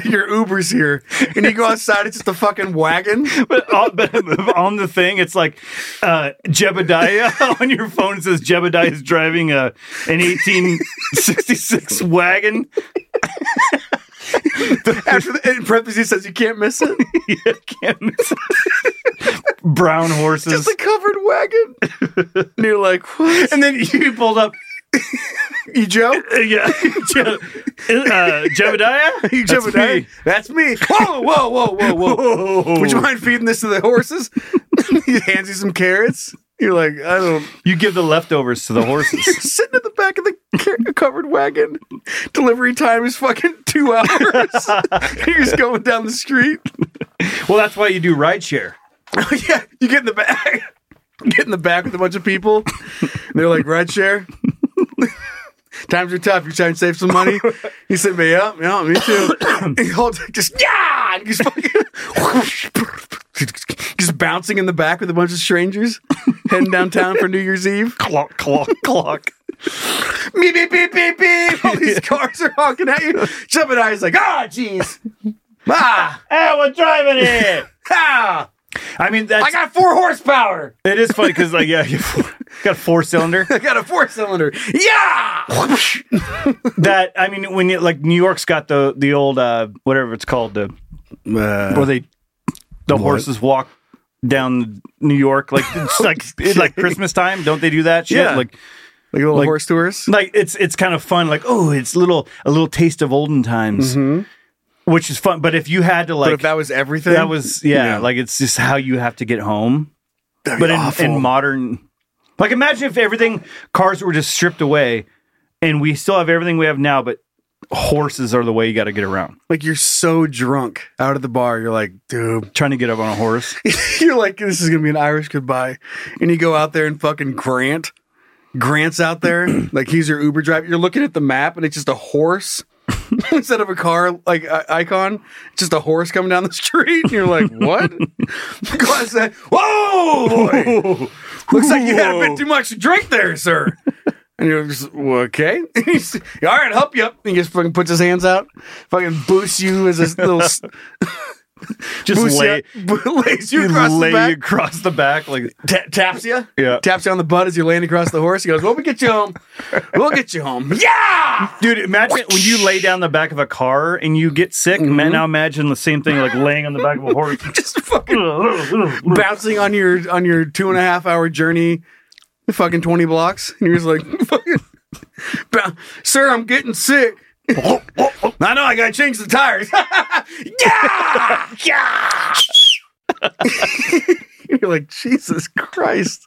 Your Uber's here, and you go outside. It's just a fucking wagon. But on, but on the thing, it's like uh, Jebediah on your phone. It says Jebediah is driving a an eighteen sixty six wagon. After the, in parentheses it says you can't miss it. You can't miss it. Brown horses, Just a covered wagon. And you're like, what? and then you pulled up. you Joe. uh, Yeah, Je- uh, Jebediah. Oh, You Joe That's, That's me. Whoa, whoa, whoa, whoa, whoa. Whoa. Would you mind feeding this to the horses? he hands you some carrots. You're like, I don't. You give the leftovers to the horses. You're sitting in the back of the ca- covered wagon. Delivery time is fucking two hours. You're just going down the street. well, that's why you do rideshare. Oh, yeah, you get in the back. Get in the back with a bunch of people. And they're like, ride share. Times are tough. You're trying to save some money. He said, me yeah, yeah, me too. And he holds it, just yeah, and he's fucking just bouncing in the back with a bunch of strangers heading downtown for New Year's Eve. Clock, clock, clock. beep, beep, beep, beep, beep. All these cars are honking at you. Jeopardize like, ah, jeez. Ah, hey, we're driving it. ah, I mean, that's I got four horsepower. it is funny because like yeah, you got a four cylinder. I got a four cylinder. Yeah. that I mean, when you like New York's got the the old uh whatever it's called the where they the horses walk down New York like it's like it's like Christmas time. Don't they do that shit? Yeah. Like Like a little Like- horse tours. like it's it's kind of fun. Like oh, it's little a little taste of olden times, which is fun. But if you had to Mm-hmm. But like if that was everything, that was yeah, Yeah. like it's just how you have to get home. But in, in modern, like imagine if everything cars were just stripped away, and we still have everything we have now, but horses are the way you got to get around. like you're so drunk out of the bar, you're like, dude, Trying to get up on a horse, you're like, this is gonna be an Irish goodbye, and you go out there and fucking Grant, Grant's out there, like he's your Uber driver. You're looking at the map, and it's just a horse. Instead of a car like I- icon, it's just a horse coming down the street, and you're like, "What?" Go outside. Whoa! boy. Looks like you had a bit too much to drink there, sir. And you're just, well, okay. He's, All right, help you up. He just fucking puts his hands out, fucking boosts you as a little s- just boosts lay, you, up, lays you you across lay the back, you across the back like ta- taps you, Yeah. taps you on the butt as you're laying across the horse. He goes, "Well, we get you home. We'll get you home." Yeah, dude. Imagine when you lay down the back of a car and you get sick. Man, now imagine the same thing like laying on the back of a horse. Mm-hmm. just fucking bouncing on your on your two and a half hour journey, fucking twenty blocks, and you're just like, fucking, boun- "Sir, I'm getting sick." I know I gotta change the tires. yeah, yeah. You're like Jesus Christ.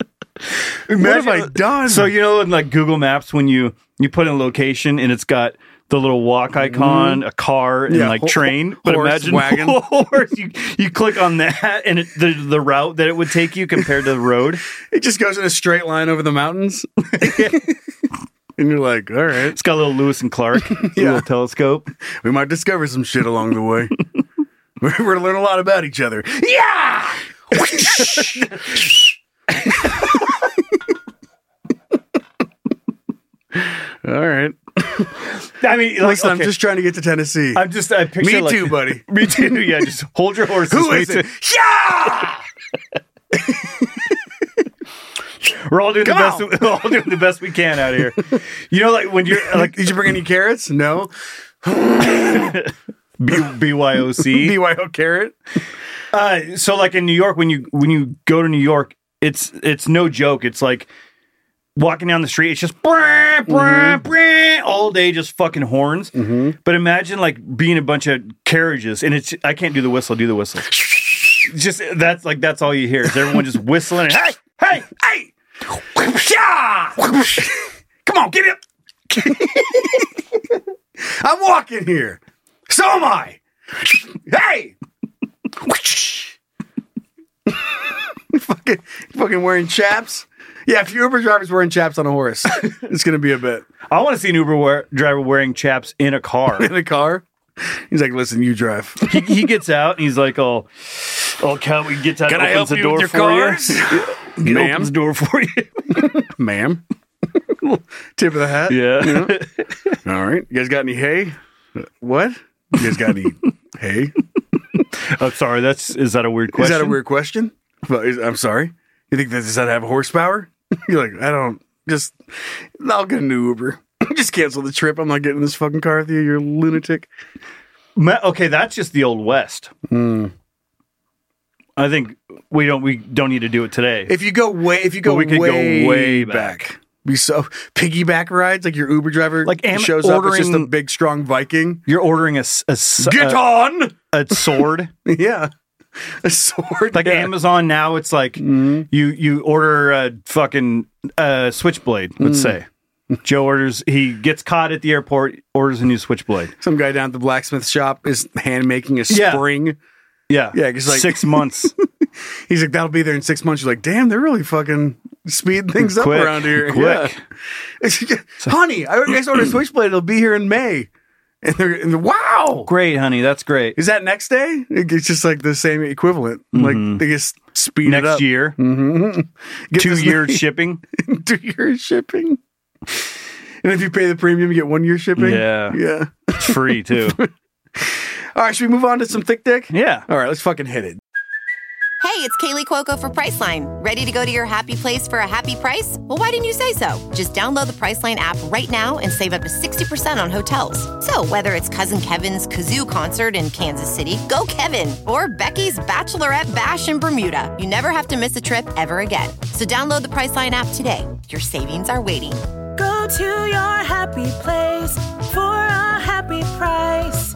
what have I Imagine- done? So you know, in like Google Maps, when you you put in location and it's got the little walk icon, a car, and Mm-hmm. Yeah, like ho- train. ho- But horse, imagine wagon. horse. You, you click on that, and it, the the route that it would take you compared to the road. It just goes in a straight line over the mountains. and you're like, all right, It's got a little Lewis and Clark, a little telescope. we might discover some shit along the way. We're going to learn a lot about each other. Yeah. All right. I mean, like, Listen, okay. I'm just trying to get to Tennessee. I'm just. I picture Me like- too, buddy. Me too. Yeah, just hold your horses. Who Me is it? too. Yeah! We're all doing Come the best. on. We're all doing the best we can out here. You know, like when you're Like, like did you bring any carrots? No. B- BYOC. BYO carrot? Uh, so like in New York, when you when you go to New York, it's it's no joke. It's like walking down the street. It's just brah, brah, brah, all day, just fucking horns. But imagine like being a bunch of carriages, and it's I can't do the whistle. Do the whistle. just that's like that's all you hear is everyone just whistling. And, hey, hey, hey! Yeah! Come on, get it. I'm walking here. So am I. Hey! fucking, fucking wearing chaps. Yeah, if your Uber driver's wearing chaps on a horse, it's going to be a bit. I want to see an Uber wear- driver wearing chaps in a car. In a car, he's like, listen, you drive. he, he gets out and he's like, "Oh, oh, cowboy gets out. and opens the door for you. He Ma'am? opens the door for you. Ma'am. Tip of the hat. Yeah. All right. You guys got any hay? What? You guys got any hay? I'm Oh, sorry. That's is that a weird question? Is that a weird question? Well, is- I'm sorry. You think that does that have horsepower? You're like, I don't. Just, I'll get a new Uber. just cancel the trip. I'm not getting in this fucking car with you. You're a lunatic. Ma- okay, that's just the old west. Hmm. I think we don't we don't need to do it today. If you go way, if you go Well, we could go way, way back. Be so piggyback rides like your Uber driver Like, am- shows up. It's just a ordering- big strong Viking. You're ordering a s- a s- Get a, on. a sword Yeah, a sword. like yeah. Mm-hmm. Amazon now. It's like you you order a fucking uh, switchblade. Let's Mm. say Joe orders he gets caught at the airport, orders a new switchblade. Some guy down at the blacksmith shop is hand making a Yeah. spring. Yeah, Yeah, 'cause, like- six months. He's like, that'll be there in six months. You're like, damn, they're really fucking speeding things up Quick, around here. quick. Yeah. Honey, I guys ordered a switchblade. It'll be here in May. And they're, and they're, wow. great, honey. That's great. Is that next day? It's just like the same equivalent. Like they just speed it Mm-hmm. Next up. Mm-hmm. year, Get two this year thing- shipping. two year shipping. And if you pay the premium, you get one year shipping. Yeah. Yeah. It's free too. All right. Should we move on to some thick dick? Yeah. All right. Let's fucking hit it. Hey, it's Kaylee Cuoco for Priceline. Ready to go to your happy place for a happy price? Well, why didn't you say so? Just download the Priceline app right now and save up to 60% on hotels. So, whether it's Cousin Kevin's Kazoo concert in Kansas City, go Kevin, or Becky's Bachelorette Bash in Bermuda, you never have to miss a trip ever again. So, download the Priceline app today. Your savings are waiting. Go to your happy place for a happy price.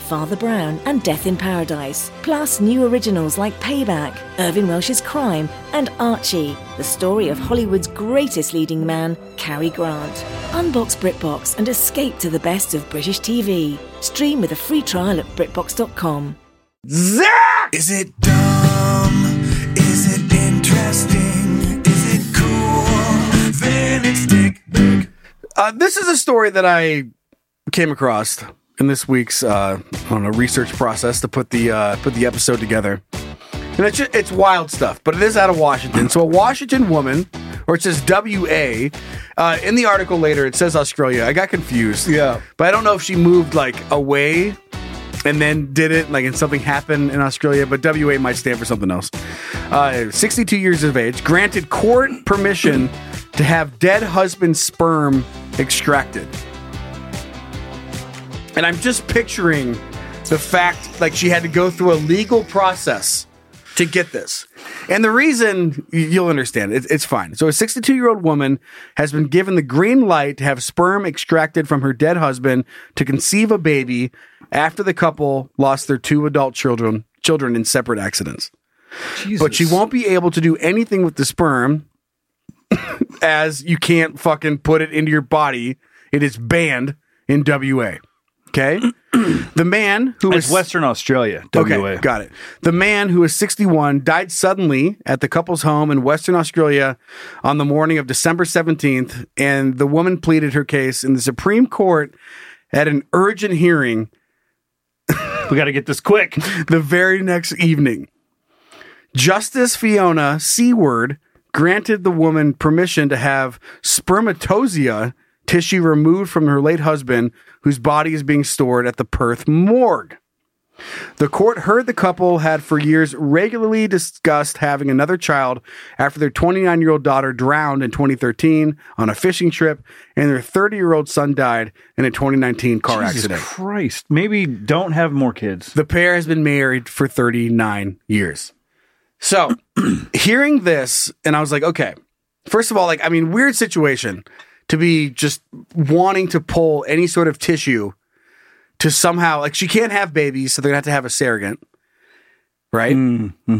Father Brown, and Death in Paradise. Plus, new originals like Payback, Irving Welsh's Crime, and Archie, the story of Hollywood's greatest leading man, Cary Grant. Unbox BritBox and escape to the best of British TV. Stream with a free trial at BritBox.com. Zach! Is it dumb? Is it interesting? Is it cool? Then it's dick pic. Uh, this is a story that I came across in this week's uh, I don't know, research process to put the uh, put the episode together. And it's, ju- it's wild stuff, but it is out of Washington. So a Washington woman, or it says WA, uh, in the article later it says Australia. I got confused. Yeah. But I don't know if she moved like away and then did it, like, and something happened in Australia, but WA might stand for something else. Uh, 62 years of age, granted court permission to have dead husband's sperm extracted. And I'm just picturing the fact, like, she had to go through a legal process to get this. And the reason y- you'll understand it, it's fine. So, a 62 year old woman has been given the green light to have sperm extracted from her dead husband to conceive a baby after the couple lost their two adult children children in separate accidents. But she won't be able to do anything with the sperm as you can't fucking put it into your body. It is banned in WA. Okay? the man who It's was Western Australia, WA. Okay, got it. The man who is 61 died suddenly at the couple's home in Western Australia on the morning of December 17th, and the woman pleaded her case in the Supreme Court at an urgent hearing. we got to get this quick. The very next evening, Justice Fiona Seward granted the woman permission to have spermatosia tissue removed from her late husband, whose body is being stored at the Perth morgue. The court heard the couple had for years regularly discussed having another child after their 29 year old daughter drowned in 2013 on a fishing trip and their 30 year old son died in a 2019 car Jesus accident. Christ. Maybe don't have more kids. The pair has been married for 39 years. So, hearing this, and I was like, okay, first of all, like, I mean, weird situation to be just wanting to pull any sort of tissue to somehow, like, she can't have babies, so they're gonna have to have a surrogate, right?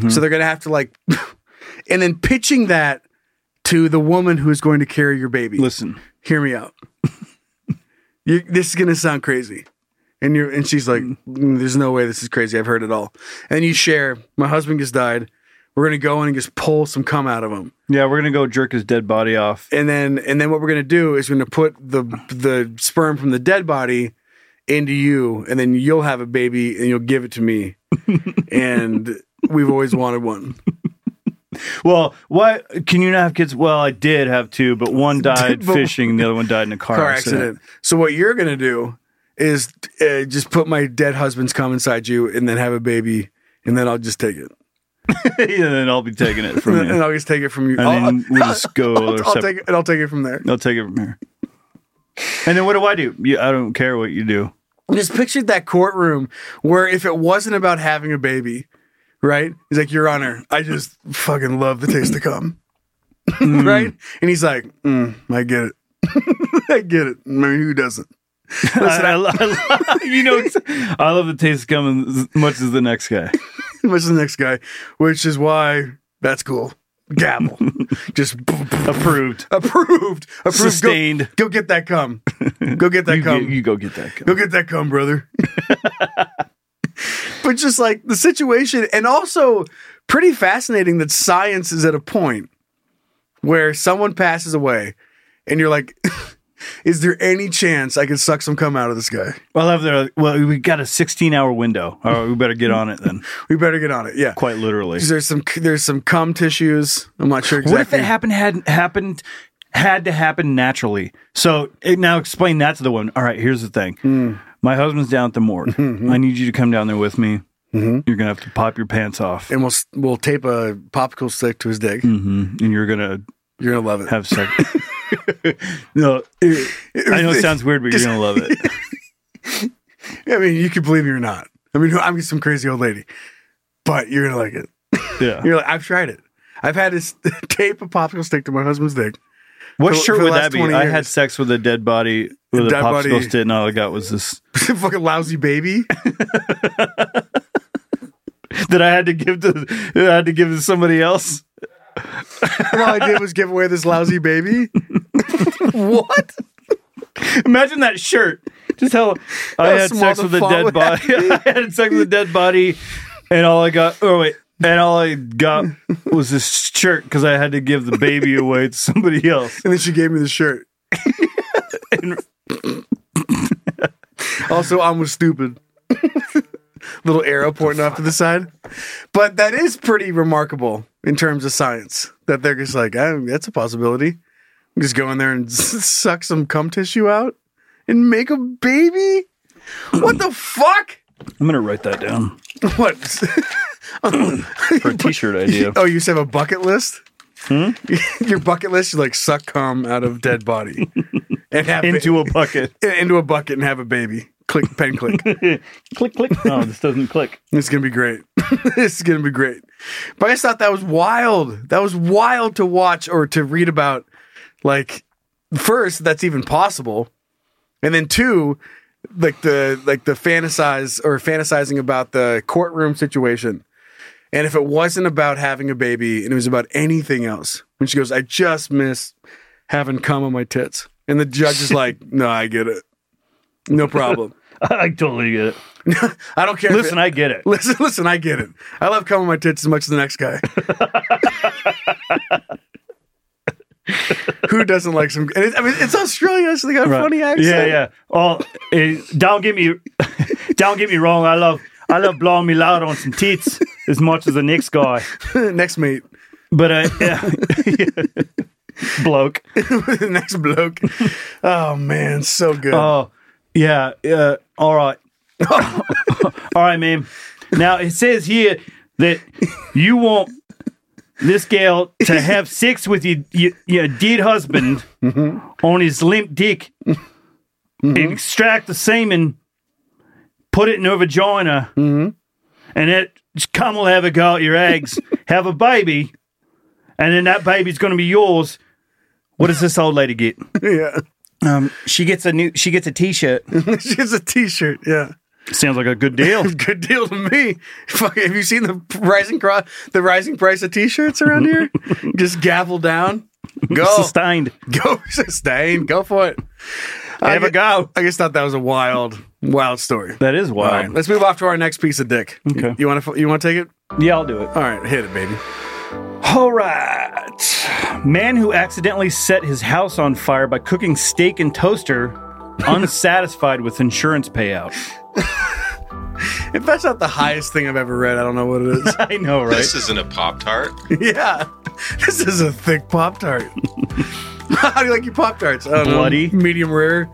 So they're gonna have to, like, and then pitching that to the woman who is going to carry your baby. Listen. Hear me out. you, this is gonna sound crazy, and you're and she's like, "Mm, "There's no way this is crazy. I've heard it all." And you share, "My husband just died. We're gonna go in and just pull some cum out of him, Yeah, we're going to go jerk his dead body off. and then and then what we're gonna do is we're gonna put the the sperm from the dead body into you, and then you'll have a baby, and you'll give it to me, and we've always wanted one. Well, what can you not have kids? Well, I did have two, but one died But- fishing, the other one died in a car, car accident. So what you're gonna do is uh, just put my dead husband's cum inside you, and then have a baby, and then I'll just take it, and then I'll be taking it from and, you. I'll just take it from you. And I'll, then we'll just go. I'll- our I'll separ- take it. and I'll take it from there. I'll take it from here. And then what do I do? You, I don't care what you do. Just pictured that courtroom where if it wasn't about having a baby, right? He's like, Your Honor, I just fucking love the taste of cum, Mm. right? And he's like, mm, I get it. I get it. I mean, who doesn't? I, I, lo- I lo- you know, I love the taste of cum as much as the next guy. Much the next guy, which is why that's cool. Gavel, just boom, boom, Approved. approved. Approved. Go- Sustained. Go, get that cum. Go get that You, cum. get- you go get that cum. Go get that cum, brother. but just like the situation, and also pretty fascinating that science is at a point where someone passes away, and you're like, "Is there any chance I can suck some cum out of this guy? Well, have their, well, we got a 16 hour window. All right, we better get on it then. We better get on it." Yeah, Quite literally. there's some there's some cum tissues. I'm not sure exactly. What if it happened had happened had to happen naturally? So eh, now explain that to the woman. All right, here's the thing. Hmm. My husband's down at the morgue. Mm-hmm. I need you to come down there with me. You're gonna have to pop your pants off, and we'll s- we'll tape a popsicle stick to his dick. Mhm. and you're gonna You're gonna love it. have sex. no, eh, I know it sounds weird, but you're gonna love it. I mean, you can believe me or not. I mean, I'm some crazy old lady, but you're gonna like it. Yeah. You're like, I've tried it. I've had this tape a popsicle stick to my husband's dick. What for- shirt for the would last that be? 20 I years. had sex with a dead body with a, Dead popsicle body. stick, and all I got was this Fucking lousy baby. that I had to give to that I had to give to somebody else. And all I did was give away this lousy baby. what? Imagine that shirt. Just how I How had small sex the with a font dead would body. I had sex with a dead body, and all I got. Oh wait, and all I got was this shirt because I had to give the baby away to somebody else. And then she gave me the shirt. also, I was stupid. Little arrow pointing off to the side. But that is pretty remarkable in terms of science that they're just like, "Ah, that's a possibility. Just go in there and suck some cum tissue out and make a baby. What the fuck? I'm gonna write that down What? for a T-shirt idea. oh, you used to have a bucket list? Hmm? Your bucket list, you like suck cum out of dead body and have Into a bucket. in- into a bucket and have a baby. click, pen click. click, click. No, this doesn't click. It's going to be great. this is going to be great. But I just thought that was wild. That was wild to watch or to read about. Like, first, that's even possible. And then two, like the like the fantasize or fantasizing about the courtroom situation. And if it wasn't about having a baby and it was about anything else, when she goes, I just miss having cum on my tits. And the judge is like, No, I get it. No problem. I totally get it. I don't care. if Listen, I get it. Listen, listen, I get it. I love cum on my tits as much as the next guy. Who doesn't like some? And it, I mean, it's Australia, so they got a Right. funny accent. Yeah, yeah. Oh, eh, don't get me, don't get me wrong. I love, I love blowing me loud on some tits as much as the next guy, next mate, but uh, yeah. bloke. next bloke. Oh man, so good. Oh, yeah. Uh, all right. all right, ma'am. Now it says here that you want this gal to have sex with your your, your dead husband on his limp dick and extract the semen, put it in her vagina, and that cum will have a go at your eggs, have a baby, and then that baby's going to be yours. What does this old lady get? yeah, Um, she gets a new. She gets a T-shirt. she has a T-shirt. Yeah, Sounds like a good deal. good deal to me. Fuck, have you seen the rising cro- the rising price of T-shirts around here? Just gavel down. Go, Sustained. go, sustain. Go for it. I Have a ju- go. I just thought that was a wild, wild story. That is All right, wild. let's move off to our next piece of dick. Okay. You, want to? You want to take it? Yeah, I'll do it. All right, hit it, baby. All right. Man who accidentally set his house on fire by cooking steak and toaster, unsatisfied with insurance payout. If that's not the highest thing I've ever read, I don't know what it is. I know, right? This isn't a Pop Tart. yeah, this is a thick pop tart. How do you like your pop tarts? Um, Bloody. medium rare.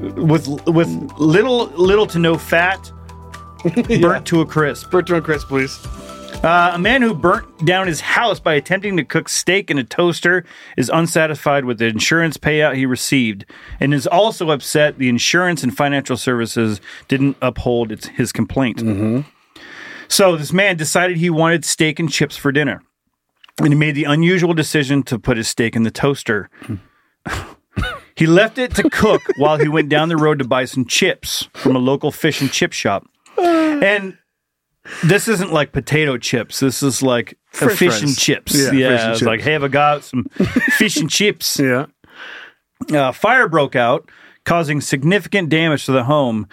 With with little little to no fat, burnt to a crisp. Bertrand and Chris, please. Uh, a man who burnt down his house by attempting to cook steak in a toaster is unsatisfied with the insurance payout he received and is also upset the insurance and financial services didn't uphold its, his complaint. So this man decided he wanted steak and chips for dinner. And he made the unusual decision to put his steak in the toaster. he left it to cook while he went down the road to buy some chips from a local fish and chip shop. And this isn't like potato chips. This is like French fish fries. and chips. Yeah, Yeah, fish and I was chips. like, have a go at some fish and chips. Yeah. Uh, fire broke out, causing significant damage to the home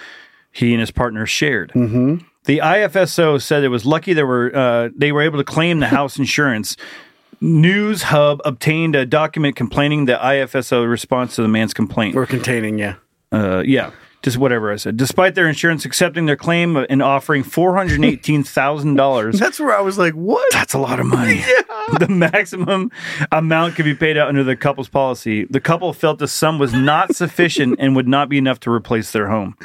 he and his partner shared. Mm-hmm. The IFSO said it was lucky they were uh, they were able to claim the house insurance. News Hub obtained a document complaining the IFSO response to the man's complaint. We're containing, yeah. Uh, yeah, just whatever I said. Despite their insurance accepting their claim uh, and offering four hundred eighteen thousand dollars That's where I was like, what? that's a lot of money. The maximum amount could be paid out under the couple's policy. The couple felt the sum was not sufficient and would not be enough to replace their home.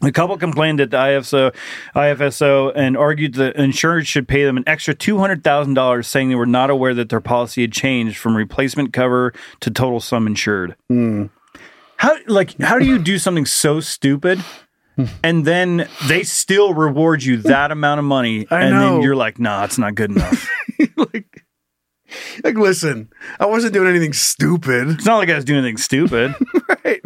The couple complained at the IFSO, IFSO and argued that insurance should pay them an extra $200,000, saying they were not aware that their policy had changed from replacement cover to total sum insured. How like how do you do something so stupid and then they still reward you that amount of money I and know. then you're like, "Nah, it's not good enough." like, like, listen, I wasn't doing anything stupid. it's not like I was doing anything stupid. Right.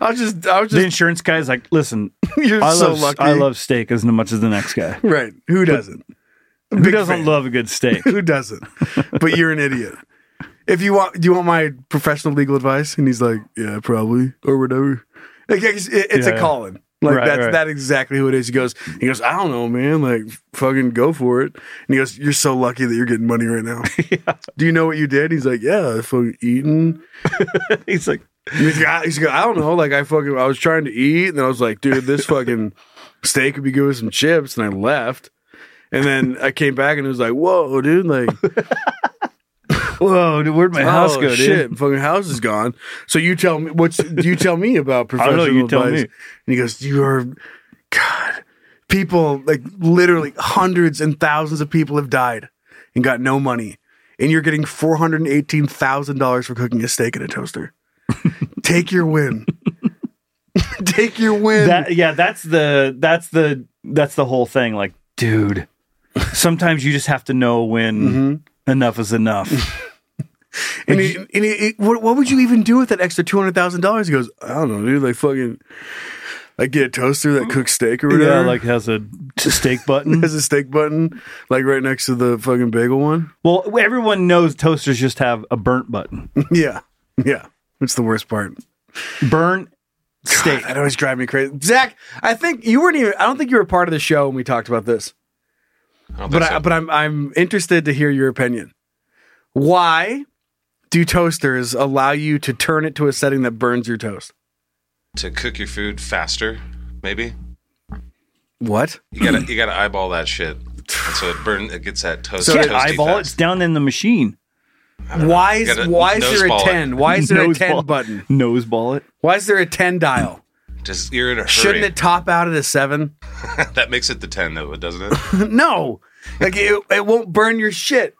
I was just, I was the just, insurance guy's like, "Listen, you're I so love lucky. I love steak as much as the next guy. Right. Who doesn't? Who Big doesn't fan. love a good steak?" Who doesn't? But you're an idiot. If you want, do you want my professional legal advice? And he's like, yeah, probably or whatever. Like, it's it- it's a Yeah. calling. Like Right, that's right. that exactly who it is. He goes, he goes, I don't know, man. Like, fucking go for it. And he goes, you're so lucky that you're getting money right now. Do you know what you did? He's like, yeah, I fucking eating. He's like, He's like, I, he's like, I don't know. Like, I fucking, I was trying to eat, and I was like, dude, this fucking steak would be good with some chips, and I left. And then I came back, and it was like, whoa, dude, like, "Whoa, dude, where'd my house oh, go, dude?" shit, fucking house is gone. So you tell me, what's you tell me about professional you tell advice? me. And he goes, you are, God, people like literally hundreds and thousands of people have died and got no money, and you're getting four hundred eighteen thousand dollars for cooking a steak in a toaster. Take your win. Take your win. That, yeah, that's the that's the that's the whole thing. Like, dude, sometimes you just have to know when Mm-hmm. enough is enough. And, he, and he, he- what, what would you even do with that extra two hundred thousand dollars? He goes, I don't know, dude. Like fucking, like get a toaster that cooks steak or whatever. Hmm. yeah, like has a t- steak button. has a steak button, like right next to the fucking bagel one. well, everyone knows toasters just have a burnt button. yeah, yeah. It's the worst part. Burn steak. That always drives me crazy. Zach, I think you weren't even. I don't think you were part of the show when we talked about this. don't but think I, so. but I'm I'm interested to hear your opinion. Why do toasters allow you to turn it to a setting that burns your toast? to cook your food faster, maybe What? you gotta you gotta eyeball that shit, and so it burn it gets that toast. So toasty can't eyeball it, fast. it's down in the machine. Why You is gotta why is there a noseball it. ten? Why is there a Noseball- ten button? Noseball it. Why is there a ten dial? Just you're in a hurry. Shouldn't it top out at a seven? that makes it the ten though, doesn't it? no, like it, it won't burn your shit.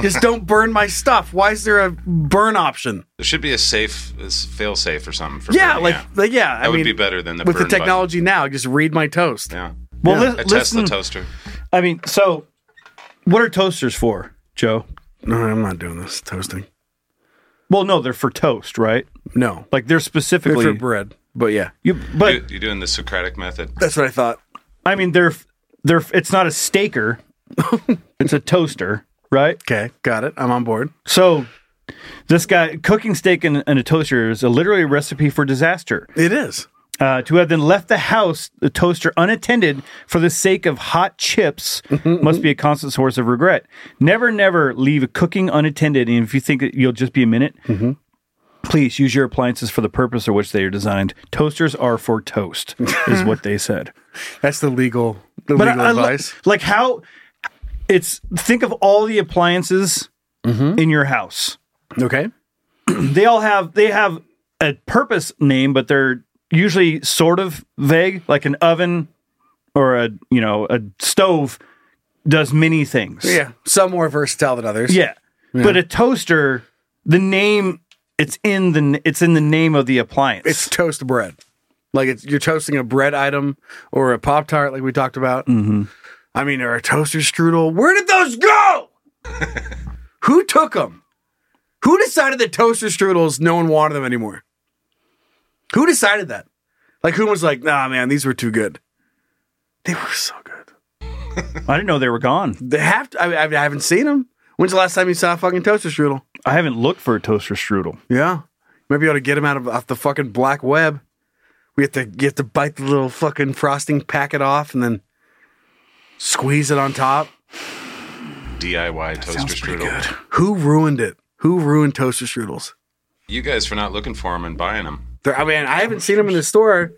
Just don't burn my stuff. Why is there a burn option? There should be a safe, a s- fail safe or something for yeah, burning like out. like yeah. I That would mean, be better than the with the burn button. technology now. Just read my toast. yeah. Well, A li- Tesla listen. toaster. I mean, so what are toasters for, Joe? No, I'm not doing this toasting. Well, no, they're for toast, right? No, Like they're specifically. for bread. But yeah, you, but You- you're doing the Socratic method. that's what I thought. I mean, they're they're. It's not a staker. it's a toaster, right? Okay, got it. I'm on board. So this guy cooking steak in, in a toaster is a literally a recipe for disaster. It is. Uh, to have then left the house, the toaster unattended for the sake of hot chips must be a constant source of regret. Never, never leave cooking unattended. And if you think that you'll just be a minute, Mm-hmm. please use your appliances for the purpose for which they are designed. Toasters are for toast, is what they said. That's the legal the But legal I, I lo- advice. like how it's think of all the appliances Mm-hmm. in your house. okay. They all have they have a purpose name, but they're usually sort of vague. Like an oven or a you know a stove does many things. Yeah, some more versatile than others. yeah. But a toaster, the name it's in the n- it's in the name of the appliance. it's toast bread. Like it's you're toasting a bread item or a pop tart, like we talked about. Mm-hmm. I mean, or a toaster strudel. Where did those go? Who took them? Who decided that toaster strudels no one wanted them anymore? Who decided that? Like who was like, nah, man, these were too good. They were so good. I didn't know they were gone. They have to. I, I haven't seen them. When's the last time you saw a fucking toaster strudel? I haven't looked for a toaster strudel. Yeah. Maybe you ought to get them out of off the fucking black web. We have to you have to bite the little fucking frosting packet off and then squeeze it on top. DIY toaster strudel. Who ruined it? Who ruined toaster strudels? You guys for not looking for them and buying them. They're- I mean, I haven't seen them in the store.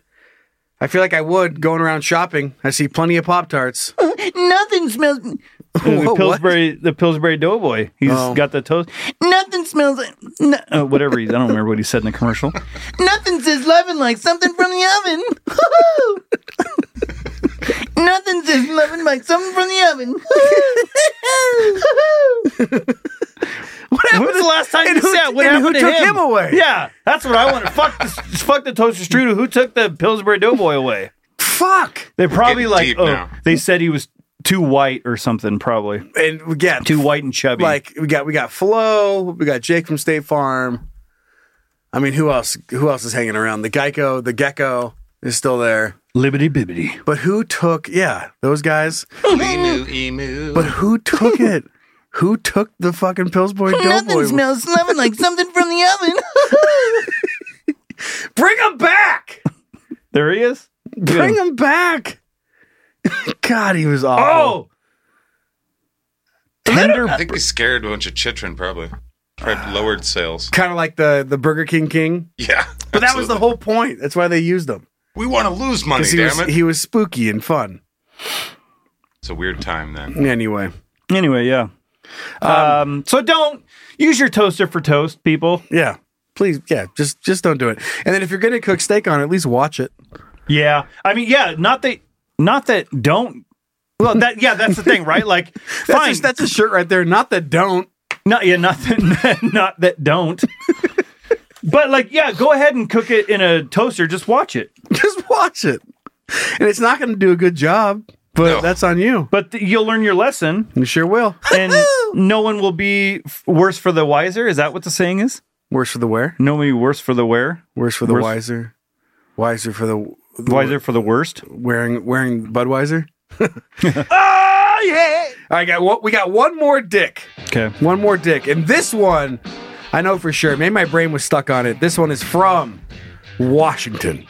I feel like I would going around shopping. I see plenty of Pop Tarts. Nothing smells. Whoa, the what? Pillsbury, the Pillsbury Doughboy. He's Oh. got the toast. Nothing smells. like- No, uh, whatever. He, I don't remember what he said in the commercial. Nothing says loving like something from the oven. Nothing says loving like something from the oven. What when was the last time and you who- said what and happened who took to him away? Yeah, that's what I want. fuck, this, fuck the toaster strudel. Who took the Pillsbury Doughboy away? Fuck. They probably Getting like deep oh, now. they said he was too white or something. Probably And we got too white and chubby. like we got we got Flo, we got Jake from State Farm. I mean, who else? Who else is hanging around? The Geico, the Gecko is still there. Libbity bibbity. But who took? Yeah, those guys. emu, emu. Oh, But who took it? Who took the fucking Pillsbury Doughboy? smells loving like something from the oven. Bring him back! There he is. Bring him back! God, he was awful. Oh, tender. I think we scared a bunch of chitrin probably. Ah. Probably lowered sales. kind of like the the Burger King King. Yeah, But that was the whole point. That's why they used him We want to lose money, because he damn was it. he was spooky and fun. It's a weird time then. Anyway, Oh! Anyway, yeah. Um, so don't use your toaster for toast, people. yeah. Please, yeah, just just don't do it. And then if you're gonna cook steak on, it, at least watch it. Yeah, I mean, yeah. Not that. Not that. Don't. Well, that yeah, that's the thing, right? Like, That's, fine. just, that's a shirt right there. Not that don't. not yeah, nothing. Not that don't. But like, yeah, go ahead and cook it in a toaster. Just watch it. Just watch it. And it's not going to do a good job, but that's on you. But th- you'll learn your lesson. You sure will. And no one will be f- worse for the wiser. Is that what the saying is? Worse for the wear. No one will be worse for the wear. Worse for the Worse- wiser. Wiser for the, the Wiser for the worst. wearing wearing Budweiser. oh yeah! All right, got one- we got one more dick. Okay. One more dick, and this one, I know for sure. Maybe my brain was stuck on it. This one is from Washington.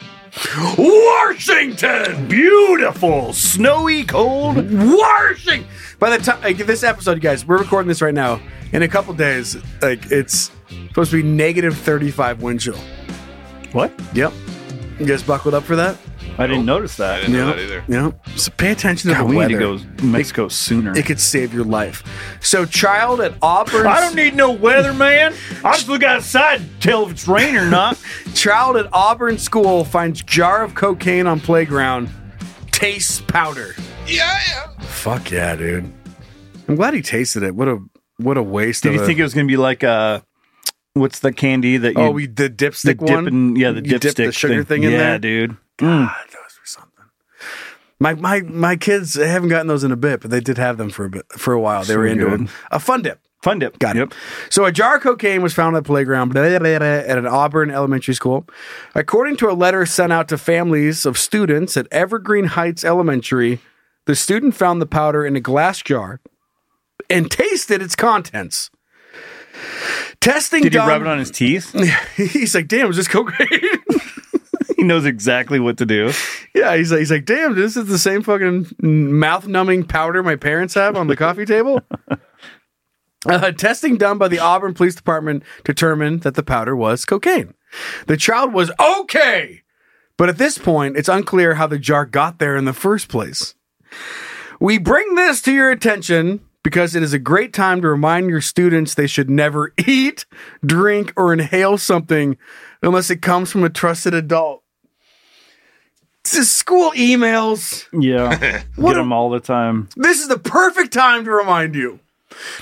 Washington, beautiful, snowy, cold Washington. By the time like, this episode, you guys, we're recording this right now. In a couple days, like it's supposed to be negative thirty-five wind chill. What? Yep. You guys buckled up for that? I didn't notice that. I didn't know Yeah. that either. Yeah. So pay attention to God, the we need weather. to go to Mexico sooner. It could save your life. So, child at Auburn. I don't need no weather, man. I just look outside and tell if it's rain or not. Child at Auburn school finds jar of cocaine on playground. Tastes powder. Yeah, yeah. Fuck yeah, dude. I'm glad he tasted it. What a what a waste. Did of you a- think it was gonna be like uh what's the candy that you Oh, we the the dipstick dip one. and yeah the You dipped dipstick the sugar thing, in yeah, there. dude. God, those were something. My my my kids haven't gotten those in a bit, but they did have them for a bit for a while. They So were into good. them. A fun dip. Fun dip. Got yep. it. So a jar of cocaine was found at the playground blah, blah, blah, blah, at an Auburn elementary school. According to a letter sent out to families of students at Evergreen Heights Elementary, the student found the powder in a glass jar and tasted its contents. Testing Did he done- rub it on his teeth? He's like, damn, is this cocaine? he knows exactly what to do. yeah, he's like, he's like, damn, this is the same fucking mouth numbing powder my parents have on the coffee table. Uh, testing done by the Auburn Police Department determined that the powder was cocaine. The child was okay, but at this point, it's unclear how the jar got there in the first place. We bring this to your attention because it is a great time to remind your students they should never eat, drink, or inhale something unless it comes from a trusted adult. This is school emails. Yeah. Get What a- them all the time. This is the perfect time to remind you.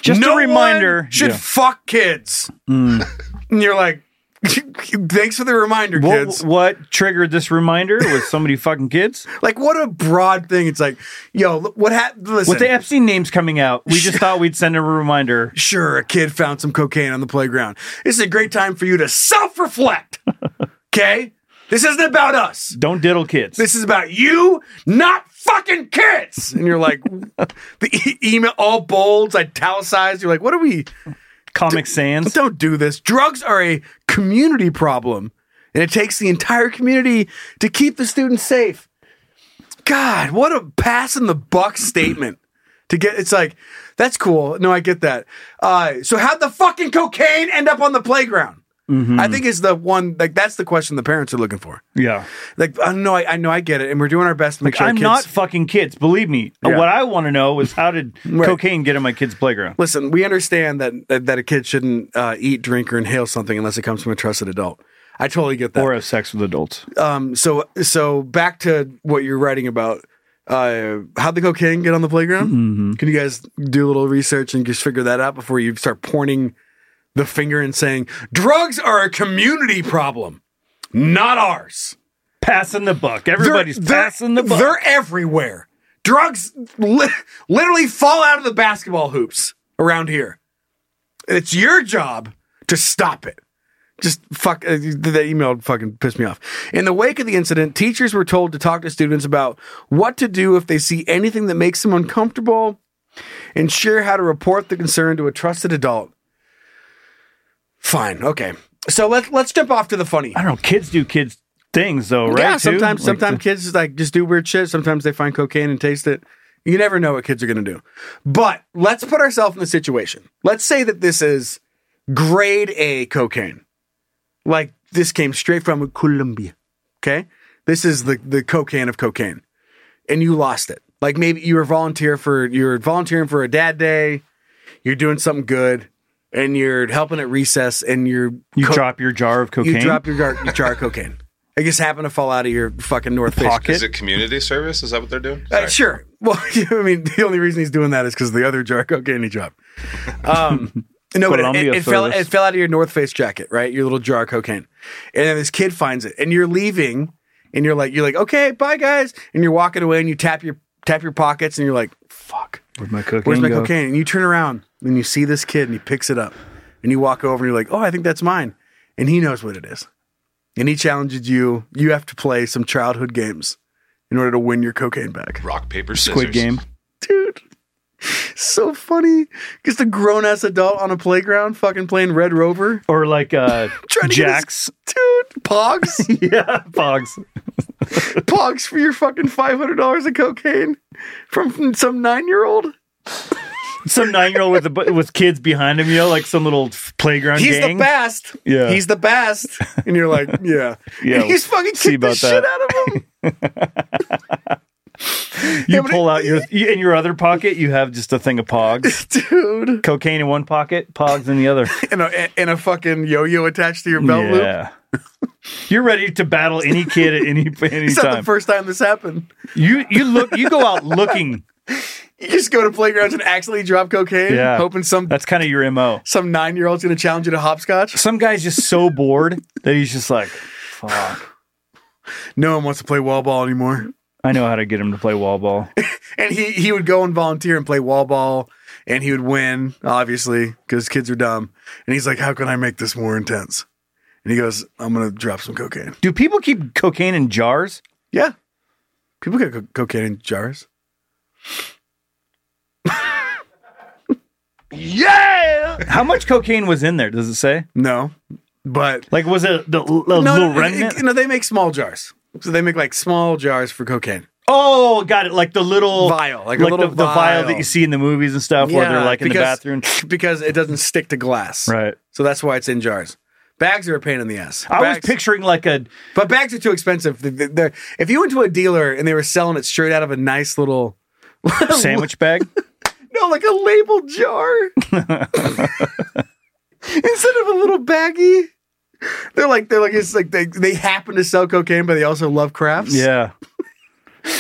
Just no a reminder. one should Yeah. Mm. fuck kids. and you're like, thanks for the reminder, What, kids. what triggered this reminder was somebody fucking kids? like, what a broad thing. It's like, yo, l- what happened? Listen, With the Epstein names coming out, we just thought we'd send a reminder. sure, a kid found some cocaine on the playground. This is a great time for you to self reflect. Okay? This isn't about us. Don't diddle kids. This is about you, not fucking kids. And you're like, the e- email all bolds, italicized. You're like, what are we? Comic Sans. Don't do this. Drugs are a community problem, and it takes the entire community to keep the students safe. God, what a pass in the buck statement to get. It's like, that's cool. No, I get that. Uh, so, how'd the fucking cocaine end up on the playground? Mm-hmm. I think is the one like that's the question the parents are looking for. Yeah. Like I know I, I know I get it, and we're doing our best to make sure our I'm kids. not fucking kids. Believe me. Yeah. What I want to know is how did Right. cocaine get in my kid's playground? Listen, we understand that that, that a kid shouldn't uh, eat, drink, or inhale something unless it comes from a trusted adult. I totally get that. Or have sex with adults. um so so back to what you're writing about uh how'd the cocaine get on the playground can you guys do a little research and just figure that out before you start pointing the finger and saying drugs are a community problem not ours Passing the buck. They're- Everybody's they're- passing the buck. they're everywhere drugs li- literally fall out of the basketball hoops around here it's your job to stop it just fuck uh, that email fucking pissed me off. In the wake of the incident, teachers were told to talk to students about what to do if they see anything that makes them uncomfortable and share how to report the concern to a trusted adult. Fine, okay. So let's let's jump off to the funny. I don't know. Kids do kids things though, right? Yeah, too? sometimes Like uh, sometimes the- kids just like just do weird shit. Sometimes they find cocaine and taste it. You never know what kids are gonna do. But let's put ourselves in the situation. Let's say that this is grade A cocaine. Like this came straight from Colombia. Okay? This is the the cocaine of cocaine. And you lost it. Like maybe you were volunteer for you're volunteering for a dad day, you're doing something good, and you're helping at recess and you're you co- drop your jar of cocaine. you drop your jar, your jar of cocaine. It just happened to fall out of your fucking North Face. Pocket. Is it community service? Is that what they're doing? Uh, sure. Well, I mean, the only reason he's doing that is because the other jar of cocaine he dropped. Um, No, but it- Columbia it, it fell. service. It fell out of your North Face jacket, right? Your little jar of cocaine, and then this kid finds it, and you're leaving, and you're like, you're like, okay, bye, guys, and you're walking away, and you tap your tap your pockets, and you're like, fuck, Where'd my cocaine where's my go? cocaine? And you turn around, and you see this kid, and he picks it up, and you walk over, and you're like, oh, I think that's mine, and he knows what it is, and he challenges you. You have to play some childhood games in order to win your cocaine back. Rock, paper, scissors. Squid Game. dude. So funny. Just a grown ass adult on a playground fucking playing Red Rover. Or like uh, Trying to get his- Jax. Dude, Pogs? yeah, Pogs. Pogs for your fucking $500 of cocaine from, from some nine year old? Some nine year old with a, bu- with kids behind him, you know, like some little f- playground He's gang. the best. Yeah. He's the best. And you're like, yeah. Yeah, And he's fucking see kicked the about shit that. out of him. you but pull out your you, in your other pocket, you have just a thing of Pogs, Dude. cocaine in one pocket, Pogs in the other. And a, and a fucking yo yo attached to your belt loop. yeah. You're ready to battle any kid at any any It's not the time. first time this happened. You you look you go out looking. You just go to playgrounds and accidentally drop cocaine, Yeah. hoping some That's kind of your mo. some nine year old's gonna challenge you to hopscotch. Some guy's just so bored that he's just like, "Fuck, no one wants to play wall ball anymore. I know how to get him to play wall ball." And he he would go and volunteer and play wall ball, and he would win obviously because kids are dumb. And he's like, "How can I make this more intense?" And he goes, "I'm gonna drop some cocaine." Do people keep cocaine in jars? Yeah, people get co- cocaine in jars. How much cocaine was in there? Does it say? No, but Like, was it the, a no, little no, it- remnant? it- no, they make small jars. So they make like small jars for cocaine. oh, got it. Like the little Vial, like a little the, the vial that vial. you see in the movies and stuff, where they're like in because- the bathroom. because it doesn't stick to glass. Right. So that's why it's in jars. Bags are a pain in the ass. I was Bags- picturing like a But bags are too expensive. The- the- the- if you went to a dealer and they were selling it straight out of a nice little sandwich bag. no, like a labeled jar instead of a little baggie, they're like they're like it's like they they happen to sell cocaine, but they also love crafts. Yeah.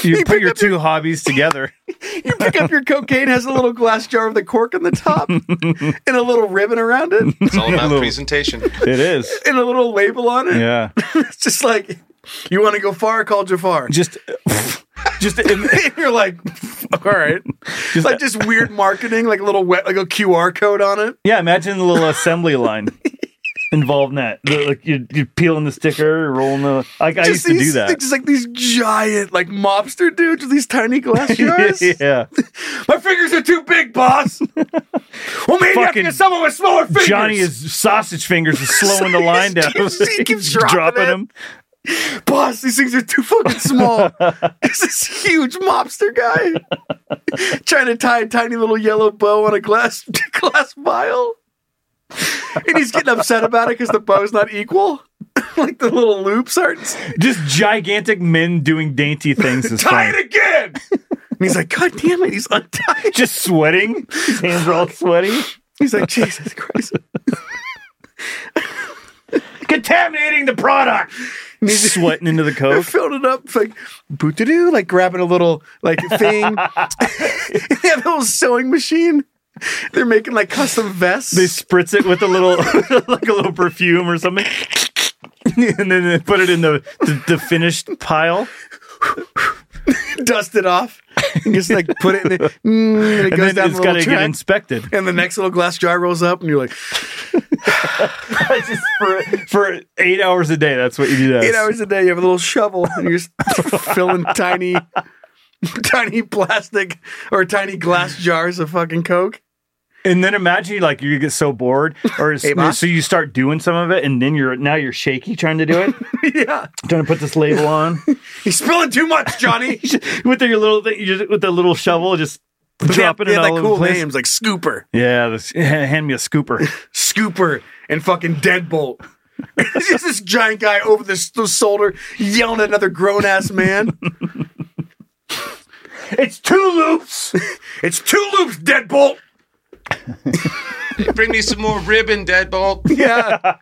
You put picked your up two hobbies together. you pick up your cocaine has a little glass jar with a cork on the top and a little ribbon around it It's all about presentation. It is. and a little label on it. Yeah. It's just like you want to go far, call Jafar. Just just And you're like, all right, Just- like just weird marketing, like a little wet, like a QR code on it. yeah, imagine the little assembly line involved in that. The- like you you peeling the sticker, rolling the like I used just to these, do that. Just like these giant, like mobster dudes with these tiny glass jars. yeah. My fingers are too big, boss. well, maybe I can Fucking get someone with smaller fingers. Johnny is sausage fingers is slowing the line down. He keeps- he keeps dropping it. them. boss. These things are too fucking small. There's this huge mobster guy trying to tie a tiny little yellow bow on a glass glass vial, and he's getting upset about it because the bow's not equal. like the little loops aren't. Just gigantic men doing dainty things is Tie fun. it again. And he's like, God damn it, he's untied. Just sweating. His hands are all sweaty. He's like, Jesus Christ. Contaminating the product. Sweating into the coke. filled it up like boot to doo, like grabbing a little like thing. they have a little sewing machine. They're making like custom vests. they spritz it with a little like a little perfume or something and then they put it in the the, the finished pile dust it off. And just like put it in the, mm, and it and goes then down it's the got little to get track. inspected and the next little glass jar rolls up, and you're like, Just for, for eight hours a day that's what you do eight hours a day, you have a little shovel, and you're just filling tiny, tiny plastic or tiny glass jars of fucking Coke. and then imagine like you get so bored or Hey, boss. so you start doing some of it and then you're now you're shaky trying to do it yeah. trying to put this label on He's spilling too much, Johnny. with your little thing, you just, with the little shovel just dropping they it have, all like over the cool place. names like Scooper. yeah this, hand me a scooper Scooper and fucking Deadbolt. it's just this giant guy over the, the shoulder yelling at another grown ass man. it's two loops it's two loops, Deadbolt. Bring me some more ribbon, Deadbolt. Yeah.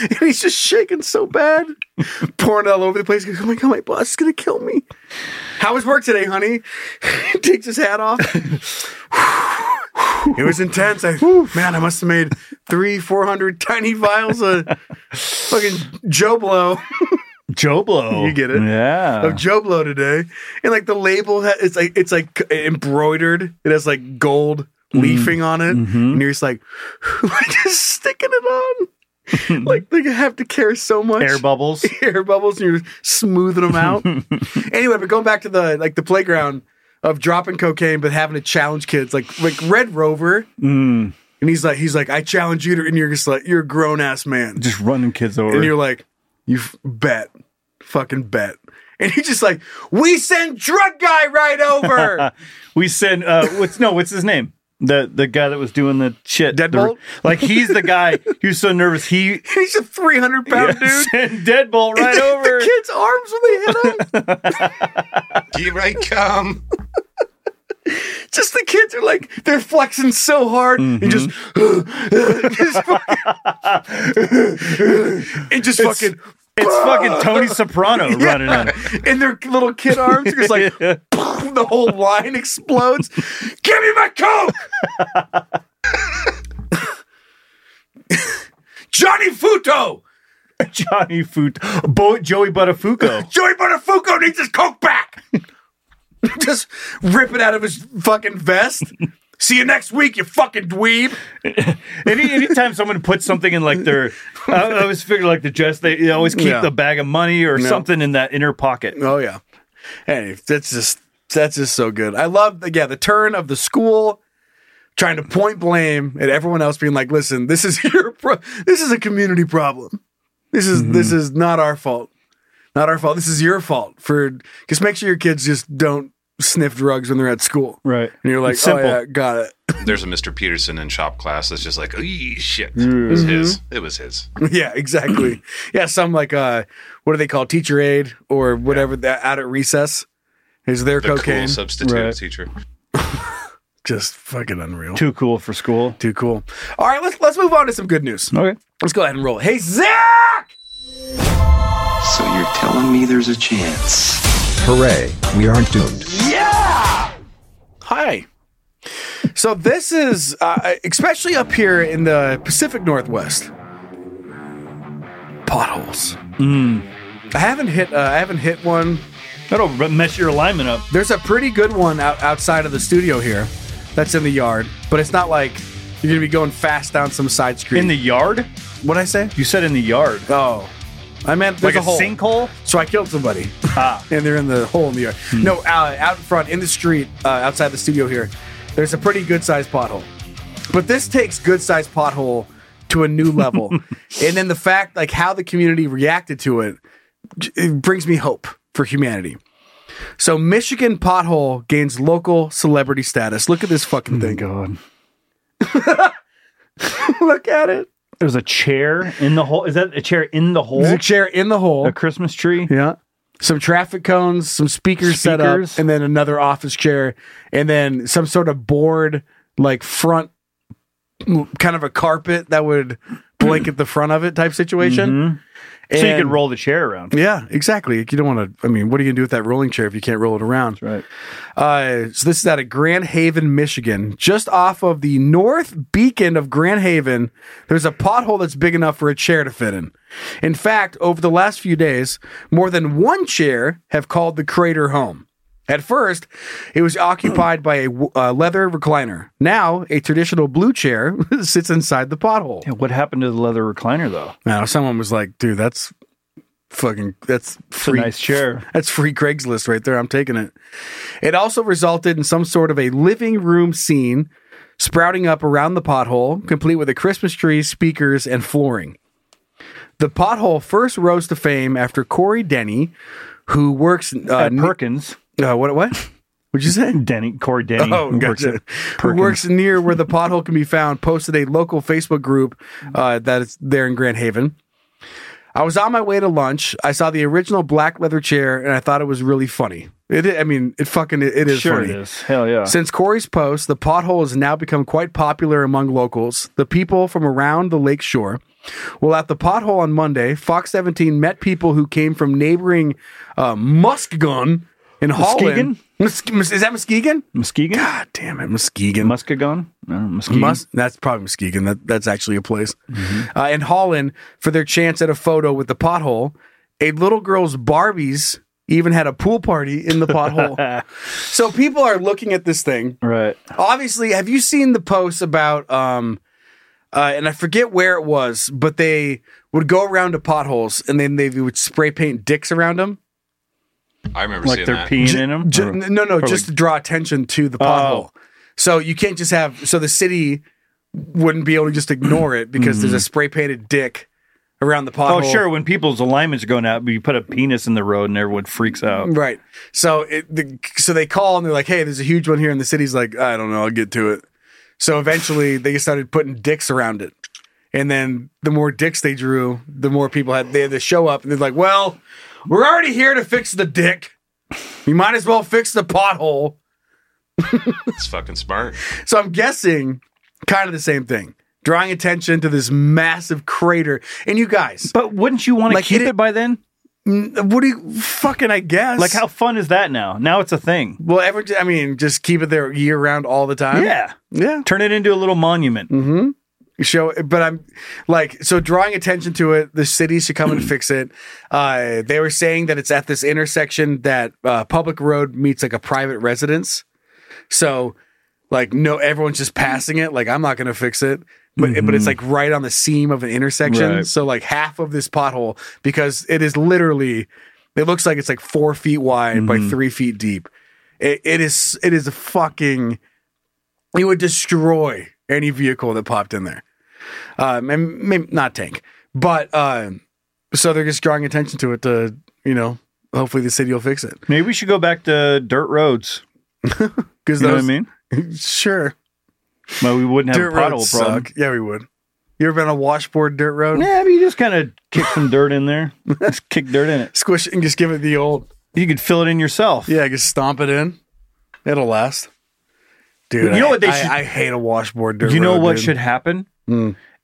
and he's just shaking so bad, pouring all over the place. He goes, oh my god, my boss is gonna kill me. How was work today, honey? he takes his hat off. it was intense. I, man, I must have made three, four hundred tiny vials of fucking Joe Blow. Joe Blow. You get it? Yeah. Of Joe Blow today, and like the label, ha- it's like it's like embroidered. It has like gold Mm-hmm. leafing on it, and you're just like, just sticking it on. like they have to care so much. Air bubbles. air bubbles and you're smoothing them out. anyway, but going back to the like the playground of dropping cocaine but having to challenge kids like like Red Rover Mm, and he's like he's like I challenge you to and you're just like you're a grown ass man just running kids over. and you're like you f- bet fucking bet and he's just like we send drug guy right over we send uh, what's no, what's his name? The the guy that was doing the shit. The- Deadbolt? like he's the guy who's so nervous he he's a 300 pound dude sent Deadbolt right over. the kid's arms when they hit him Here I come. just the kids are like they're flexing so hard and just Mm-hmm. just fucking and just fucking It's fucking Tony Soprano running on it. in their little kid arms it's like the whole line explodes give me my coke Johnny Futo Johnny Foot, Bo- Joey Buttafuoco. Joey Buttafuoco needs his coke back just rip it out of his fucking vest see you next week you fucking dweeb Any anytime someone puts something in like their, I, I always figure like the dress they, they always keep Yeah. the bag of money or No. something in that inner pocket. Oh yeah. Hey, that's just that's just so good. I love yeah the turn of the school trying to point blame at everyone else, being like, "Listen, this is your pro- this is a community problem. This is this Mm-hmm. is not our fault, not our fault. This is your fault for just make sure your kids just don't sniff drugs when they're at school." Right. And you're like, It's "Oh simple. yeah, got it. There's a Mr. Peterson in shop class that's just like, oh shit. Mm-hmm. It was his. It was his. yeah, exactly. yeah, some like uh, what do they call teacher aid or whatever that out at recess is their The cocaine cool substitute Right. teacher. just fucking unreal." Too cool for school. Too cool. All right, let's let's move on to some good news. Okay. Let's go ahead and roll. Hey Zach! So you're telling me there's a chance? Hooray, we aren't doomed. Yeah! Hi. So this is uh, especially up here in the Pacific Northwest. Potholes. Mm. I haven't hit. Uh, I haven't hit one. That'll re- mess your alignment up. There's a pretty good one out, outside of the studio here. That's in the yard, but it's not like you're gonna be going fast down some side street. In the yard? what I say? You said in the yard. Oh, I meant there's like a, hole. sinkhole? So I killed somebody. Ah. Hmm. and they're in the hole in the yard. No, uh, out in front, in the street, uh, outside the studio here, there's a pretty good sized pothole. But this takes good sized pothole to a new level. and then the fact, like, how the community reacted to it, j- it brings me hope for humanity. So, Michigan pothole gains local celebrity status. Look at this fucking thing. Hmm. God. Look at it. There's a chair in the hole. Is that a chair in the hole? There's a chair in the hole. A Christmas tree? Yeah. Some traffic cones, some speakers, set up, Speakers. and then another office chair, and then some sort of board, like front, kind of a carpet that would blanket the front of it type situation. Mm-hmm. So you And- could roll the chair around. Yeah, exactly. You don't want to. I mean, what are you gonna do with that rolling chair if you can't roll it around? Right. Uh, so this is out of Grand Haven, Michigan, just off of the north beacon of Grand Haven. There's a pothole that's big enough for a chair to fit in. In fact, over the last few days, more than one chair have called the crater home. At first, it was occupied by a w- uh, leather recliner. Now, a traditional blue chair sits inside the pothole. Yeah, what happened to the leather recliner though? Now, someone was like, "Dude, that's fucking that's free nice chair. That's free Craigslist right there. I'm taking it." It also resulted in some sort of a living room scene sprouting up around the pothole, complete with a Christmas tree, speakers, and flooring. The pothole first rose to fame after Corey Denny, who works uh, At Perkins, ne- uh, what what would you say? Denny, Corey Denny, Oh, who works gotcha. at Who Perkins. works near where the pothole can be found posted a local Facebook group uh, that is there in Grand Haven. I was on my way to lunch. I saw the original black leather chair and I thought it was really funny. It, I I mean, it fucking it is sure funny. it is. Hell yeah. Since Corey's post, the pothole has now become quite popular among locals, the people from around the lake shore. Well, at the pothole on Monday, Fox 17 met people who came from neighboring uh, Muskegon in Holland. Muskegon? Mus- is that Muskegon? Muskegon? God damn it, Muskegon. Muskegon? No, Muskegon. Mus- that's probably Muskegon. That, that's actually a place. Uh, in Holland, for their chance at a photo with the pothole, a little girl's Barbies even had a pool party in the pothole. so people are looking at this thing. right. Obviously, have you seen the posts about um uh, and I forget where it was, but they would go around to potholes and then they would spray paint dicks around them. I remember Like seeing they're that. peeing in them? Ju- no, no, just to draw attention to the pothole. Oh. So you can't just have so the city wouldn't be able to just ignore it because there's a spray painted dick around the Mm-hmm. Oh, pothole. sure. When people's alignments are going out, but you put a penis in the road and everyone freaks out. Right. So it the, so they call and they're like, "Hey, there's a huge one here," and the city's like, "I don't know, I'll get to it." So eventually, they started putting dicks around it, and then the more dicks they drew, the more people had they had to show up, and they're like, "Well, we're already here to fix the dick. You might as well fix the pothole." It's fucking smart. So I'm guessing kind of the same thing, drawing attention to this massive crater. And you guys, But wouldn't you want to Like, keep hit it, it- by then? what do you fucking? I guess Like, how fun is that now? Now it's a thing. Well, everyone, I mean, just keep it there year round all the time. yeah. Yeah. Turn it into a little monument. show but i'm like so drawing attention to it the city should come and fix it uh they were saying that it's at this intersection that uh public road meets like a private residence so like no everyone's just passing it like i'm not gonna fix it but but it's like right on the seam of an intersection Right. so like half of this pothole because it is literally it looks like it's like four feet wide by three feet deep it, it is it is a fucking it would destroy any vehicle that popped in there. Um, and maybe not tank, but um, so they're just drawing attention to it to you know hopefully the city will fix it Maybe we should go back to dirt roads. because You know what I mean? sure Well, we wouldn't have dirt a pothole roads problem. suck yeah we would. You ever been on a washboard dirt road? Yeah, but you just kind of kick some dirt in there. Just kick dirt in it. Squish it and just give it the old You could fill it in yourself. yeah just stomp it in. It'll last. Dude, You know I- what they I, should- I hate a washboard dirt. Do you know road, what dude. Hmm. should happen?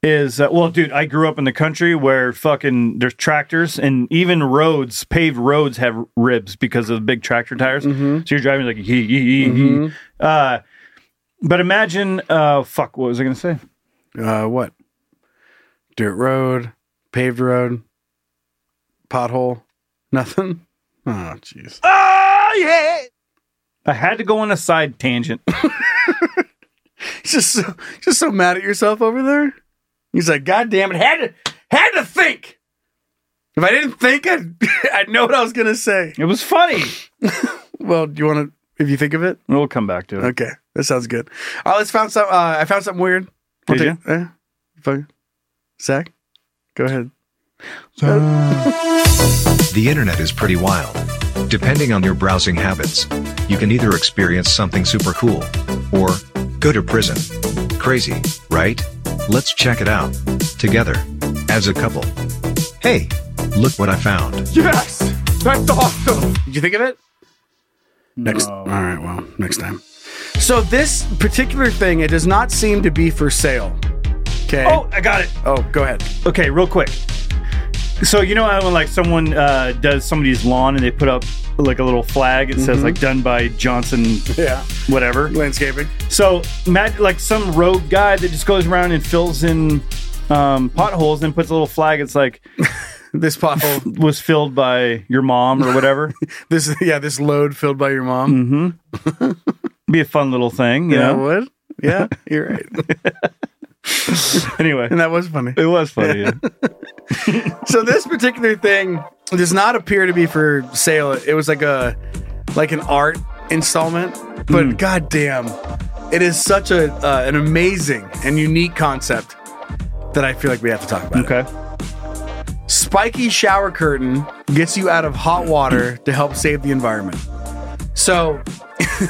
Is uh, well, dude, I grew up in the country where fucking there's tractors and even roads, paved roads have ribs because of the big tractor tires. Mm-hmm. So you're driving like yee yee yee. yee. Uh, but imagine, uh, fuck, what was I gonna say? uh, what? Dirt road, paved road, pothole, nothing. Oh, jeez. Oh, I had to go on a side tangent. Just so, just so mad at yourself over there. He's like, God damn it, had to, had to think. If I didn't think, I'd, I'd know what I was gonna say. It was funny. Well, do you want to? If you think of it, We'll come back to it. okay, that sounds good. All right, let's found some. Uh, I found something weird. Did take- eh, fuck. Zach, go ahead. The internet is pretty wild. Depending on your browsing habits, you can either experience something super cool or go to prison. Crazy, right? Let's check it out together as a couple. Hey, look what I found. Yes, that's awesome. Did you think of it? Next. All right. Well, next time. So this particular thing, it does not seem to be for sale. Okay. Oh, I got it. Oh, go ahead. Okay, real quick. So you know how when like someone uh, does somebody's lawn and they put up like a little flag, it Mm-hmm. says like done by Johnson, Yeah. whatever. Landscaping. So Matt, like some rogue guy that just goes around and fills in um, potholes and puts a little flag. It's like This pothole. was filled by your mom or whatever. this. Yeah. This load filled by your mom. Be a fun little thing, you Yeah. know. What? Yeah. You're right. Anyway, and that was funny. it was funny. yeah. So this particular thing does not appear to be for sale. It was like a like an art installment, but goddamn, it is such a uh, an amazing and unique concept that I feel like we have to talk about. it. Okay. Spiky shower curtain gets you out of hot water to help save the environment. So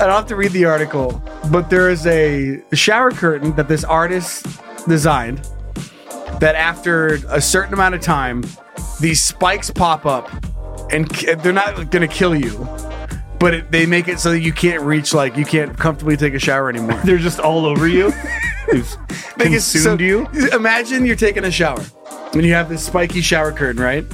I don't have to read the article, but there is a shower curtain that this artist designed that after a certain amount of time, these spikes pop up and k- they're not going to kill you, but it, they make it so that you can't reach, like, you can't comfortably take a shower anymore. They're just all over you. They've Like, consumed it's so- you. Imagine you're taking a shower and you have this spiky shower curtain, right?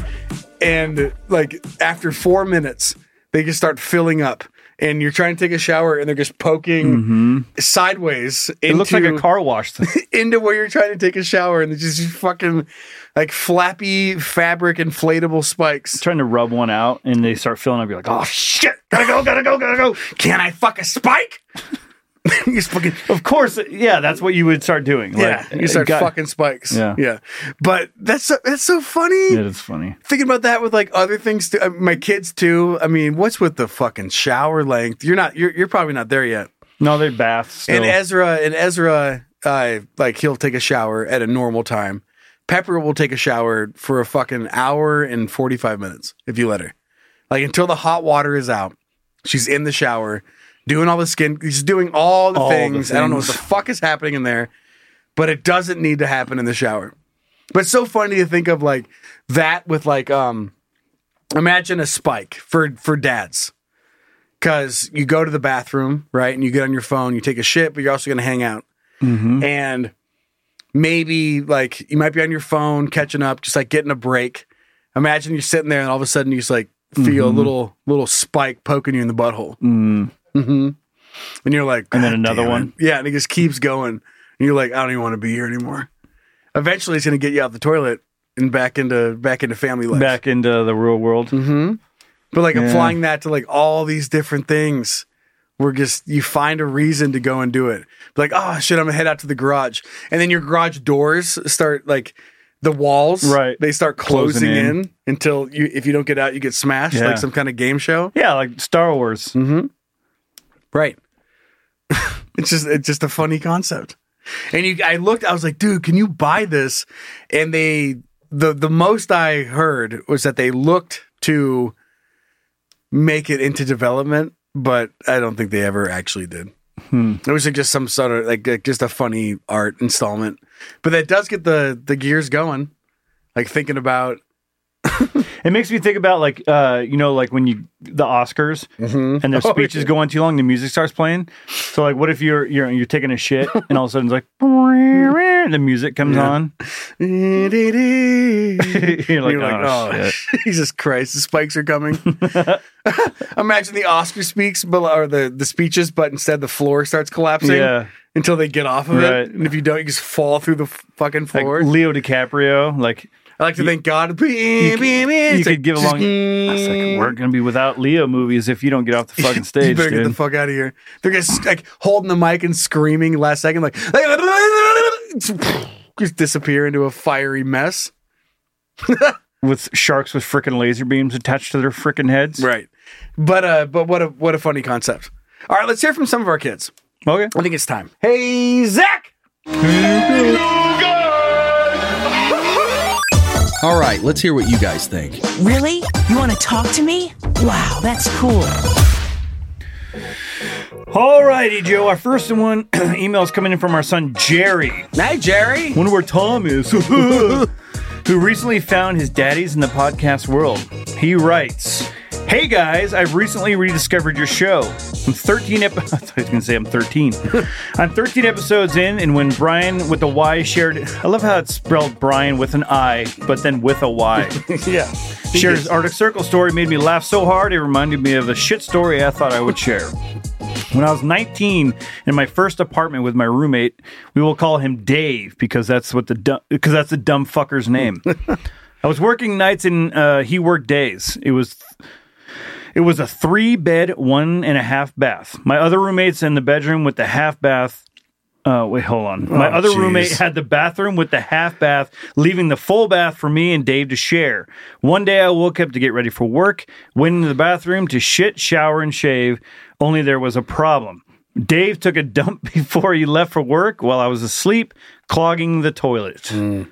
and like after four minutes, they just start filling up. And you're trying to take a shower, and they're just poking sideways. Into, Mm-hmm. It looks like a car wash. into where you're trying to take a shower, and it's just fucking like flappy fabric inflatable spikes. Trying to rub one out, and they start filling up. You're like, oh shit! Gotta go, gotta go, gotta go. Can I fuck a spike? you just fucking. Of course, yeah. That's what you would start doing. Yeah, you start got- fucking spikes. Yeah. yeah. But that's so, that's so funny. It is funny. Thinking about that with like other things too. I mean, my kids too. I mean, what's with the fucking shower length? You're not. You're, you're probably not there yet. No, they bath. Still. And Ezra and Ezra, uh, like he'll take a shower at a normal time. Pepper will take a shower for a fucking hour and forty five minutes if you let her. Like until the hot water is out, she's in the shower, doing all the skin. She's doing all the, All the things. I don't know what the things. fuck is happening in there, but it doesn't need to happen in the shower. But it's so funny to think of like that with like um, imagine a spike for for dads. Cause you go to the bathroom, right? And you get on your phone, you take a shit, but you're also gonna hang out. Mm-hmm. And maybe like you might be on your phone catching up, just like getting a break. Imagine you're sitting there and all of a sudden you just like feel Mhm. a little little spike poking you in the butthole. Mm-hmm. And you're like, Mm. And then "God another damn it." one. Yeah, and it just keeps going. And you're like, I don't even want to be here anymore. Eventually it's gonna get you out the toilet and back into back into family life. back into the real world. Mm-hmm. But like Yeah. applying that to like all these different things, we're just you find a reason to go and do it. Like, oh shit, I'm gonna head out to the garage, and then your garage doors start like the walls, Right. They start Closing closing, in. in. until you, if you don't get out, you get smashed Yeah. like some kind of game show, Yeah, like Star Wars. Mm-hmm. right? it's just it's just a funny concept. And you, I looked, I was like, dude, can you buy this? And they, the the most I heard was that they looked to make it into development, but I don't think they ever actually did. Hmm. It was like just some sort of like, like just a funny art installment, but that does get the the gears going. Like thinking about It makes me think about like uh, you know, like when you the Oscars and their Oh, speeches yeah. go on too long, the music starts playing. So like, what if you're you're you're taking a shit and all of a sudden it's like the music comes Yeah. on. you're like, You're like, "Oh, Jesus Christ, the spikes are coming. Imagine the Oscar speaks, but or the the speeches, but instead the floor starts collapsing Yeah. until they get off of Right. it, and if you don't, you just fall through the f- fucking Like floor. Leo DiCaprio, like I like to thank God. you could, you could give along. It's like, we're gonna be without Leo movies if you don't get off the fucking mm. you stage, better get the dude. fuck out of here. They're just like holding the mic and screaming last second, like just disappear into a fiery mess. with sharks with frickin' laser beams attached to their frickin' heads. Right. But uh, but what a what a funny concept. All right, let's hear from some of our kids. Okay. I think it's time. Hey Zach. All right, let's hear what you guys think. Really? You want to talk to me? Wow, that's cool. Alrighty, Joe. Our first one emails coming in from our son Jerry. Hey, Jerry. Wonder where Tom is. Who recently found his daddies in the podcast world. He writes, Hey guys, I've recently rediscovered your show. I'm 13 ep- I thought he was gonna say I'm 13. I'm 13 episodes in, and when Brian with a Y shared I love how it's spelled Brian with an I, but then with a Y. yeah. Shared his Arctic Circle story made me laugh so hard it reminded me of a shit story I thought I would share. When I was 19 in my first apartment with my roommate, we will call him Dave because that's what the dumb because that's the dumb fucker's name. I was working nights and uh, he worked days. It was it was a three bed, one and a half bath. My other roommates in the bedroom with the half bath. Uh, wait, hold on. My Oh, other jeez. roommate had the bathroom with the half bath, leaving the full bath for me and Dave to share. One day I woke up to get ready for work, went into the bathroom to shit, shower, and shave, only there was a problem. Dave took a dump before he left for work while I was asleep, clogging the toilet. Hmm.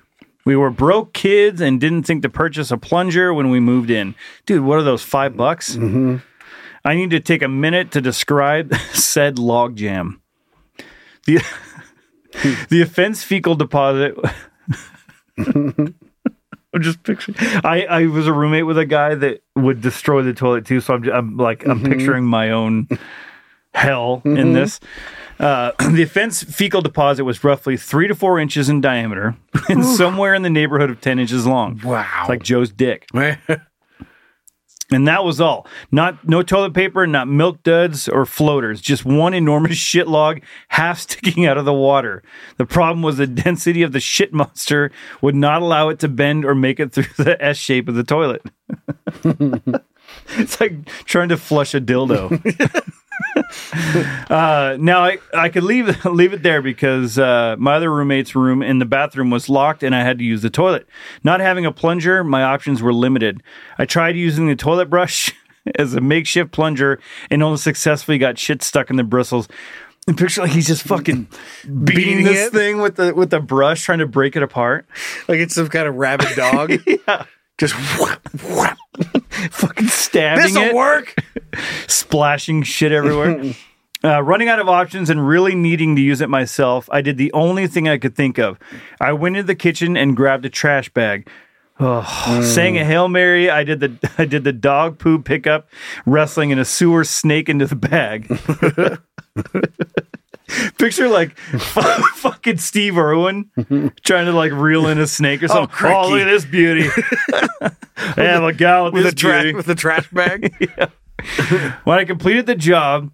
We were broke kids and didn't think to purchase a plunger when we moved in. Dude, what are those five bucks? Mm-hmm. I need to take a minute to describe said log jam. The, the offense fecal deposit. I'm just picturing. I, I was a roommate with a guy that would destroy the toilet too, so I'm, ju- I'm like I'm picturing my own hell in Mhm. this. Uh, the offense fecal deposit was roughly three to four inches in diameter and somewhere in the neighborhood of 10 inches long. Wow. It's like Joe's dick. And that was all. Not no toilet paper, not milk duds or floaters. Just one enormous shit log half sticking out of the water. The problem was the density of the shit monster would not allow it to bend or make it through the S shape of the toilet. it's like trying to flush a dildo. uh, now I, I could leave leave it there because uh, my other roommate's room in the bathroom was locked and I had to use the toilet. Not having a plunger, my options were limited. I tried using the toilet brush as a makeshift plunger and only successfully got shit stuck in the bristles. And picture like he's just fucking beating, Beating this it? thing with the with the brush, trying to break it apart. Like it's some kind of rabid dog. yeah. Just fucking stabbing This'll it. work. splashing shit everywhere. Uh, running out of options and really needing to use it myself, I did the only thing I could think of. I went into the kitchen and grabbed a trash bag. Oh, Mm. Sang a hail mary. I did the I did the dog poo pickup, wrestling in a sewer snake into the bag. Picture like fu- fucking Steve Irwin trying to like reel in a snake or Oh, something. Oh, crikey. look at this beauty! I have a gal with, with a this trash beauty. with a trash bag. When I completed the job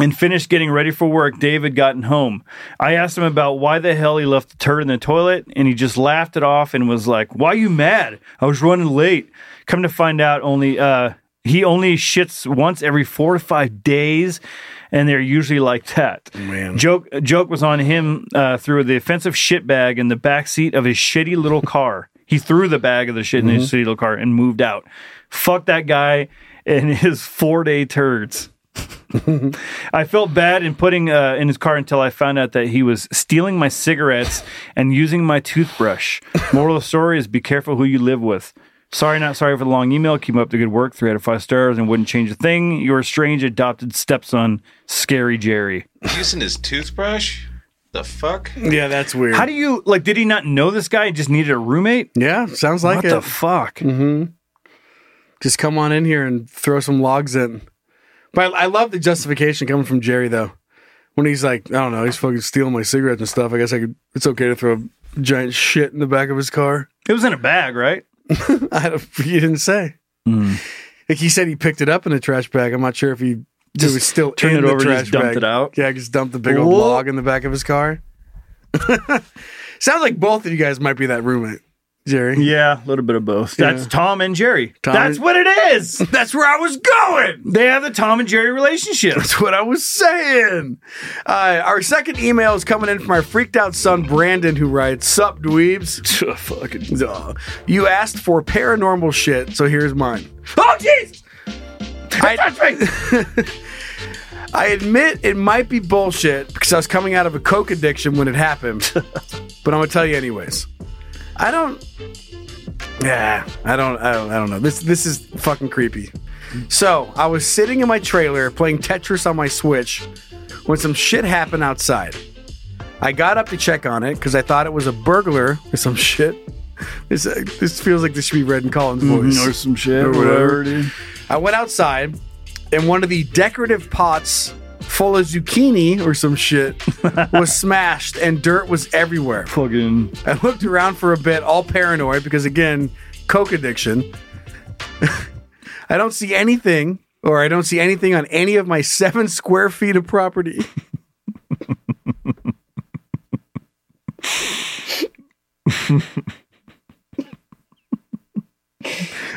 and finished getting ready for work, Dave had gotten home. I asked him about why the hell he left the turd in the toilet, and he just laughed it off and was like, "Why you mad? I was running late." Come to find out, only uh, he only shits once every four to five days, and they're usually like that. Man. Joke joke was on him uh, through the offensive shit bag in the back seat of his shitty little car. He threw the bag of the shit in his shitty little car and moved out. Fuck that guy and his four day turds. I felt bad in putting uh, in his car until I found out that he was stealing my cigarettes and using my toothbrush. Moral of the story is be careful who you live with. Sorry, not sorry for the long email. Keep up the good work. Three out of five stars and wouldn't change a thing. Your strange adopted stepson, Scary Jerry. Using his toothbrush? The fuck? yeah, that's weird. How do you like? Did he not know this guy and just needed a roommate? yeah, sounds like what it. the fuck? Mm-hmm. Just come on in here and throw some logs in. But I, I love the justification coming from Jerry though. When he's like, I don't know, he's fucking stealing my cigarettes and stuff. I guess I could. It's okay to throw a giant shit in the back of his car. It was in a bag, right? I don't, he didn't say. Hmm. Like he said, he picked it up in a trash bag. I'm not sure if he Just it was still turned in it the over, trash just dumped bag. it out? Yeah, just dumped the big old Whoa. log in the back of his car. Sounds like both of you guys might be that roommate, Jerry. Yeah, a little bit of both. That's Yeah. Tom and Jerry. Tom That's and- what it is. That's where I was going. They have the Tom and Jerry relationship. That's what I was saying. Uh, our second email is coming in from our freaked out son, Brandon, who writes, Sup, dweebs. Fucking duh. You asked for paranormal shit, so here's mine. Oh, jeez! I, I admit it might be bullshit because I was coming out of a coke addiction when it happened, but I'm going to tell you anyways. I don't. Yeah, I don't, I don't, I don't know. This, this is fucking creepy. So I was sitting in my trailer playing Tetris on my Switch when some shit happened outside. I got up to check on it because I thought it was a burglar or some shit. This, uh, this feels like this should be read in Colin's voice. or some shit, Or whatever. whatever. dude. I went outside and one of the decorative pots full of zucchini or some shit was smashed and dirt was everywhere. Fucking I looked around for a bit, all paranoid, because again, coke addiction. I don't see anything, or I don't see anything on any of my seven square feet of property.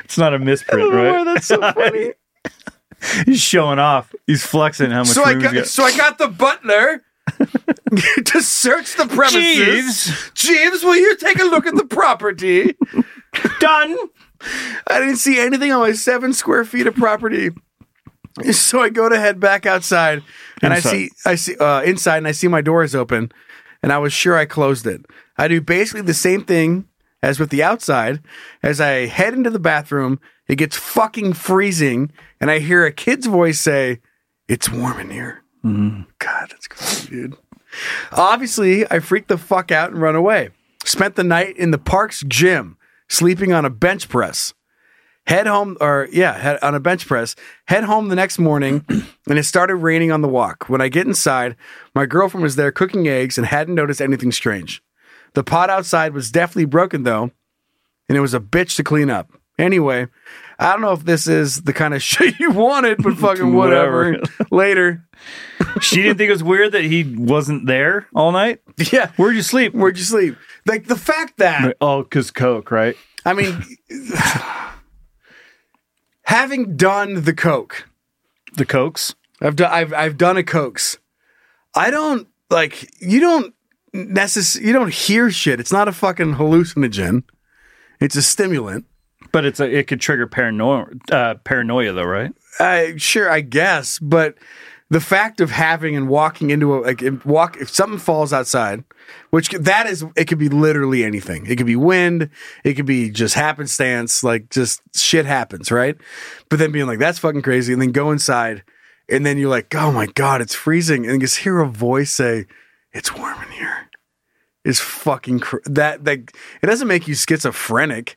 It's not a misprint, right? Oh, that's so funny. He's showing off. He's flexing how much so I room got, he's so I got the butler to search the got. premises. Jeeves, will you take a look at the property? done. I didn't see anything on my seven square feet of property. So I go to head back outside and Inside. I see I see uh, inside and I see my door is open and I was sure I closed it. I do basically the same thing as with the outside. As I head into the bathroom, it gets fucking freezing and I hear a kid's voice say, It's warm in here. God, that's crazy, dude. Obviously, I freaked the fuck out and run away. Spent the night in the park's gym, sleeping on a bench press. Head home, or yeah, head, on a bench press. Head home the next morning, and it started raining on the walk. When I get inside, my girlfriend was there cooking eggs and hadn't noticed anything strange. The pot outside was definitely broken though, and it was a bitch to clean up. Anyway, I don't know if this is the kind of shit you wanted, but fucking whatever. Later. she didn't think it was weird that he wasn't there all night. Yeah. Where'd you sleep? Where'd you sleep? Like the fact that oh, cause coke, right? I mean, having done the coke, the cokes. I've done I've I've done a cokes. I don't like you don't necess- you don't hear shit. It's not a fucking hallucinogen. It's a stimulant. But it's a, it could trigger paranoia, uh, paranoia though, right? I sure I guess, but the fact of having and walking into a like if walk if something falls outside, which c- that is it could be literally anything. It could be wind, it could be just happenstance, like just shit happens, right? But then being like that's fucking crazy, and then go inside, and then you're like, oh my god, it's freezing, and just hear a voice say, "It's warm in here." Is fucking cr- that like it doesn't make you schizophrenic.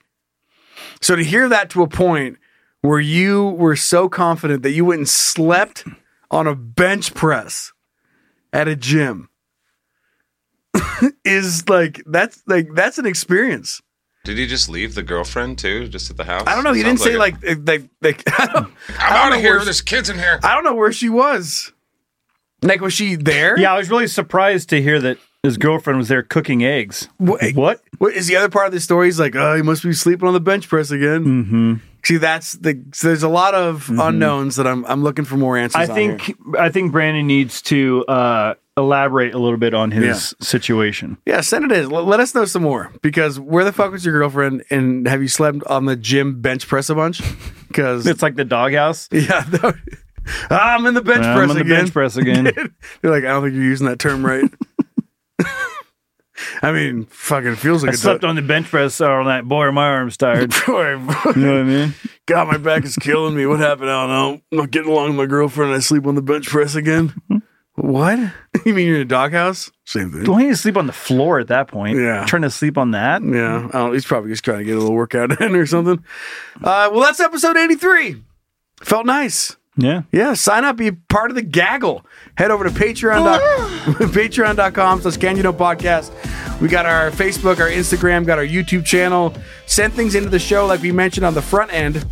So to hear that to a point where you were so confident that you went and slept on a bench press at a gym is like that's like that's an experience. Did he just leave the girlfriend too, just at the house? I don't know. He didn't Sounds say it. like like like. I don't, I'm I don't out know of here. where she- There's kids in here. I don't know where she was. Like was she there? Yeah, I was really surprised to hear that his girlfriend was there cooking eggs. What? What? What is the other part of the story? He's like, oh, he must be sleeping on the bench press again. Mm-hmm. See, that's the so there's a lot of unknowns that I'm I'm looking for more answers. Mm-hmm. I on here. think I think Brandon needs to uh, elaborate a little bit on his situation. Yeah, send it in. Let, let us know some more because where the fuck was your girlfriend and have you slept on the gym bench press a bunch? Because It's like the doghouse. yeah, that- I'm in the bench I'm press on the again. bench press again. You're like, I don't think you're using that term right. I mean, fucking feels like I a slept on the bench press uh, all night. Boy, are my arms tired. on. you know what I mean? God, my back is killing me. What happened? I don't know. I'm not getting along with my girlfriend. and I sleep on the bench press again. Mm-hmm. what? You mean you're in a doghouse? Same thing. Why do you sleep on the floor at that point? Yeah. Trying to sleep on that? Yeah, I don't, he's probably just trying to get a little workout in or something. Uh, well, that's episode 83. Felt nice. Yeah. Yeah, sign up, be part of the gaggle. Head over to Patreon doc- patreon.com slash Can You Know Podcast. We got our Facebook, our Instagram, got our YouTube channel. Send things into the show like we mentioned on the front end.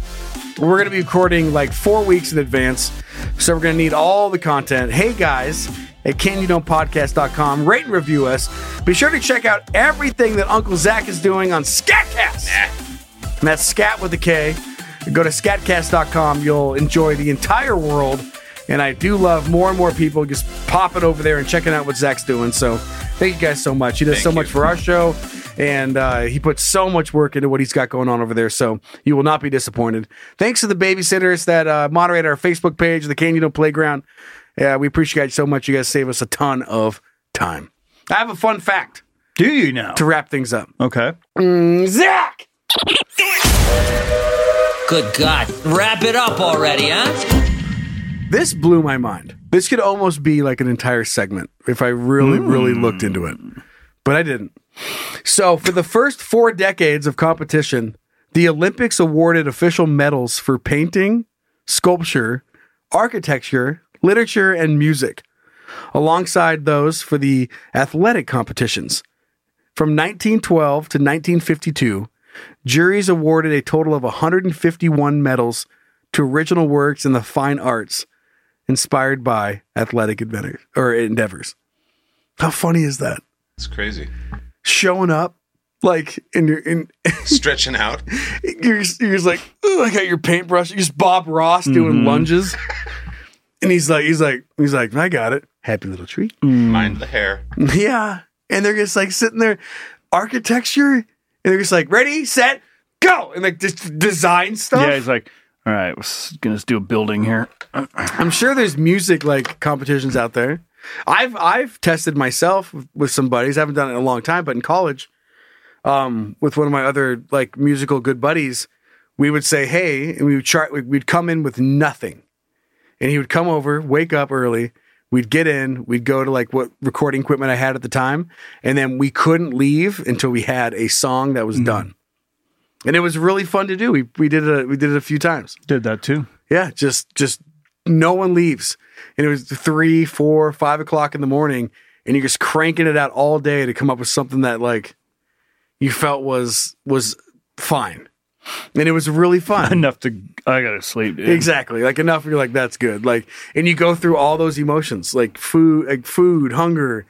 We're going to be recording like four weeks in advance. So we're going to need all the content. Hey guys at canyoudon'tpodcast.com. Rate and review us. Be sure to check out everything that Uncle Zach is doing on Scatcast. And that's scat with a K. Go to scatcast.com. You'll enjoy the entire world. And I do love more and more people just popping over there and checking out what Zach's doing. So thank you guys so much. He does so much for our show. And uh, he puts so much work into what he's got going on over there. So you will not be disappointed. Thanks to the babysitters that uh, moderate our Facebook page, the Canyon Playground. Yeah, we appreciate you so much. You guys save us a ton of time. I have a fun fact Do you now? to wrap things up. Okay. Zach! Good God. Wrap it up already, huh? This blew my mind. This could almost be like an entire segment if I really, really Hmm. looked into it. But I didn't. So, for the first four decades of competition, the Olympics awarded official medals for painting, sculpture, architecture, literature, and music, alongside those for the athletic competitions. From 1912 to 1952, juries awarded a total of 151 medals to original works in the fine arts inspired by athletic adventures or endeavors. How funny is that? It's crazy. Showing up like in your in Stretching out. you're just, you're just like "Ugh, I got your paintbrush. You're just Bob Ross doing lunges, and he's like he's like he's like I got it. Happy little tree. Mind the hair. Yeah. And they're just like sitting there, architecture, and they're just like, ready, set, go. And like just design stuff. Yeah, he's like, all right, we're s- gonna just do a building here. I'm sure there's music like competitions out there. I've I've tested myself with some buddies. I haven't done it in a long time, but in college, um, with one of my other like musical good buddies, we would say, "Hey," and we would chart. We'd come in with nothing, and he would come over, wake up early. We'd get in. We'd go to like what recording equipment I had at the time, and then we couldn't leave until we had a song that was done. And it was really fun to do. We we did it. a- We did it a few times. Did that too. Yeah, just just no one leaves, and it was three, four, five o'clock in the morning, and you're just cranking it out all day to come up with something that like you felt was was fine. and it was really fun. enough to I gotta sleep. Dude. Exactly. Like enough. You're like that's good. Like, and you go through all those emotions, like food, like food, hunger,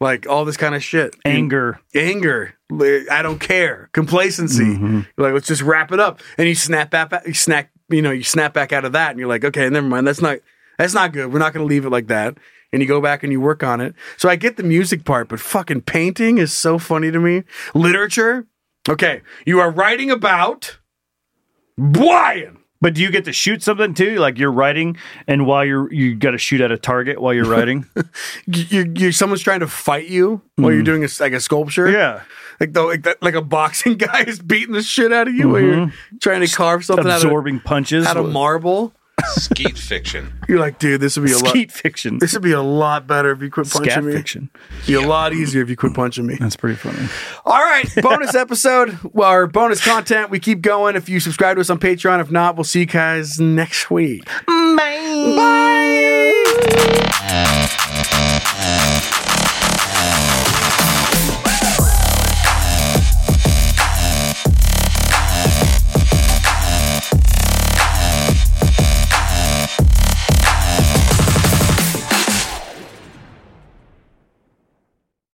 like all this kind of shit, Anger. anger. li- I don't care. Complacency. You're like let's just wrap it up, and you snap back. You snack. You know, you snap back out of that, and you're like, okay, never mind. That's not. That's not good. We're not going to leave it like that. And you go back and you work on it. So I get the music part, but fucking painting is so funny to me. Literature. Okay, you are writing about Brian. But do you get to shoot something too? Like you're writing, and while you're you got to shoot at a target while you're writing. you, you someone's trying to fight you while you're doing a, like a sculpture. Yeah. like the, like that, like a boxing guy is beating the shit out of you while you're trying to carve something Absorbing punches. out of out of marble. Skeet fiction. You're like, dude, this would be a lot. Skeet fiction. This would be a lot better if you quit punching Scat me. fiction. Be a lot easier if you quit punching me. That's pretty funny. All right, bonus episode or bonus content. We keep going. If you subscribe to us on Patreon, if not, we'll see you guys next week. Bye. Bye.